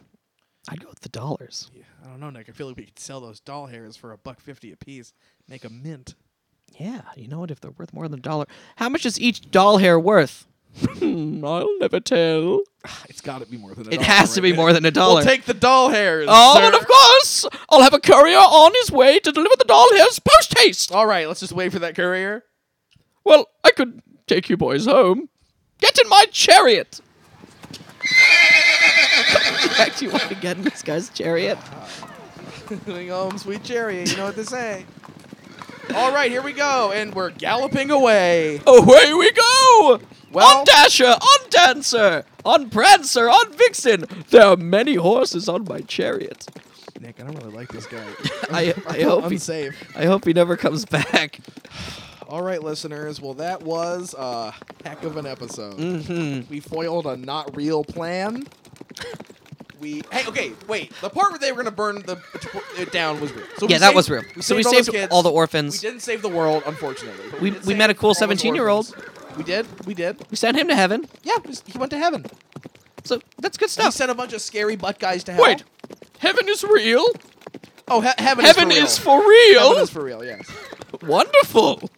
S6: I'd go with the dollars.
S1: I don't know, Nick. I feel like we could sell those doll hairs for a buck fifty apiece, make a mint.
S6: Yeah, you know what? If they're worth more than a dollar, how much is each doll hair worth?
S2: Hmm, I'll never tell.
S1: It's got to be more than a
S6: It has to be more than a dollar.
S1: We'll take the doll hairs.
S2: Oh,
S1: sir.
S2: and of course, I'll have a courier on his way to deliver the doll hairs post haste.
S1: All right, let's just wait for that courier.
S2: Well, I could take you boys home. Get in my chariot.
S6: Jack, you want to get in this guy's chariot?
S1: Going home, sweet chariot. You know what they say. All right, here we go, and we're galloping away.
S2: Away we go!
S1: Well-
S2: on Dasher, on Dancer, on Prancer, on Vixen. There are many horses on my chariot.
S1: Nick, I don't really like this guy.
S2: I, I hope he,
S1: unsafe.
S2: I hope he never comes back.
S1: All right, listeners. Well, that was a heck of an episode.
S2: Mm-hmm.
S1: We foiled a not real plan. We hey, okay, wait. The part where they were gonna burn the it down was real. So we
S2: Yeah, that
S1: saved-
S2: was real. So we
S1: all
S2: saved
S1: those kids.
S2: all the orphans.
S1: We didn't save the world, unfortunately. but
S2: We-
S1: did
S2: we
S1: save
S2: met a cool
S1: all those
S2: 17-year-old.
S1: orphans. We did. We did.
S2: We sent him to heaven.
S1: Yeah, just- he went to heaven.
S2: So that's
S1: He
S2: good stuff.
S1: sent a bunch of scary butt guys to hell.
S2: Wait, heaven is real.
S1: Oh, he- heaven,
S2: Heaven
S1: is
S2: is
S1: for real.
S2: for real.
S1: Heaven is for real. Yes.
S2: Wonderful.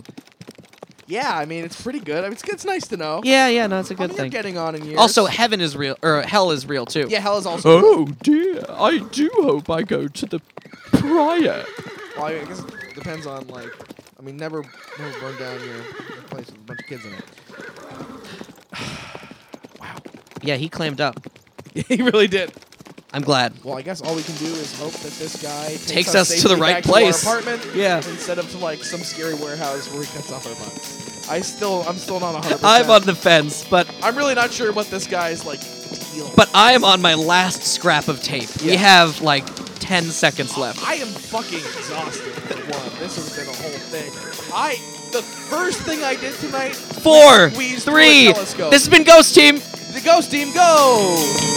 S1: Yeah, I mean it's pretty good. I mean, it's, it's nice to know.
S2: Yeah, yeah, no, it's a
S1: I mean,
S2: good
S1: you're
S2: thing.
S1: getting on in years.
S7: Also, heaven is real, or hell is real too.
S1: yeah, hell is also.
S2: Oh dear, I do hope I go to the prior.
S1: Well, I guess it depends on like. I mean, never, never burn down your your place with a bunch of kids in it.
S7: Yeah, he clammed up.
S1: he really did.
S7: I'm glad.
S1: Well, I guess all we can do is hope that this guy takes,
S7: Takes
S1: us,
S7: us to the
S1: safely
S7: right
S1: back
S7: place.
S1: to our apartment.
S2: Yeah.
S1: Instead of to like some scary warehouse where he cuts off our butts. I still, I'm still not 100.
S2: I'm on the fence, but
S1: I'm really not sure what this guy's like. Deal.
S7: But I am on my last scrap of tape. We
S1: Yeah.
S7: have like 10 seconds left.
S1: I am fucking exhausted for one. This has been a whole thing. I the first thing I did tonight.
S7: Four,
S1: was squeeze through a
S7: three.
S1: telescope.
S7: This has been Ghost Team.
S1: the ghost team go.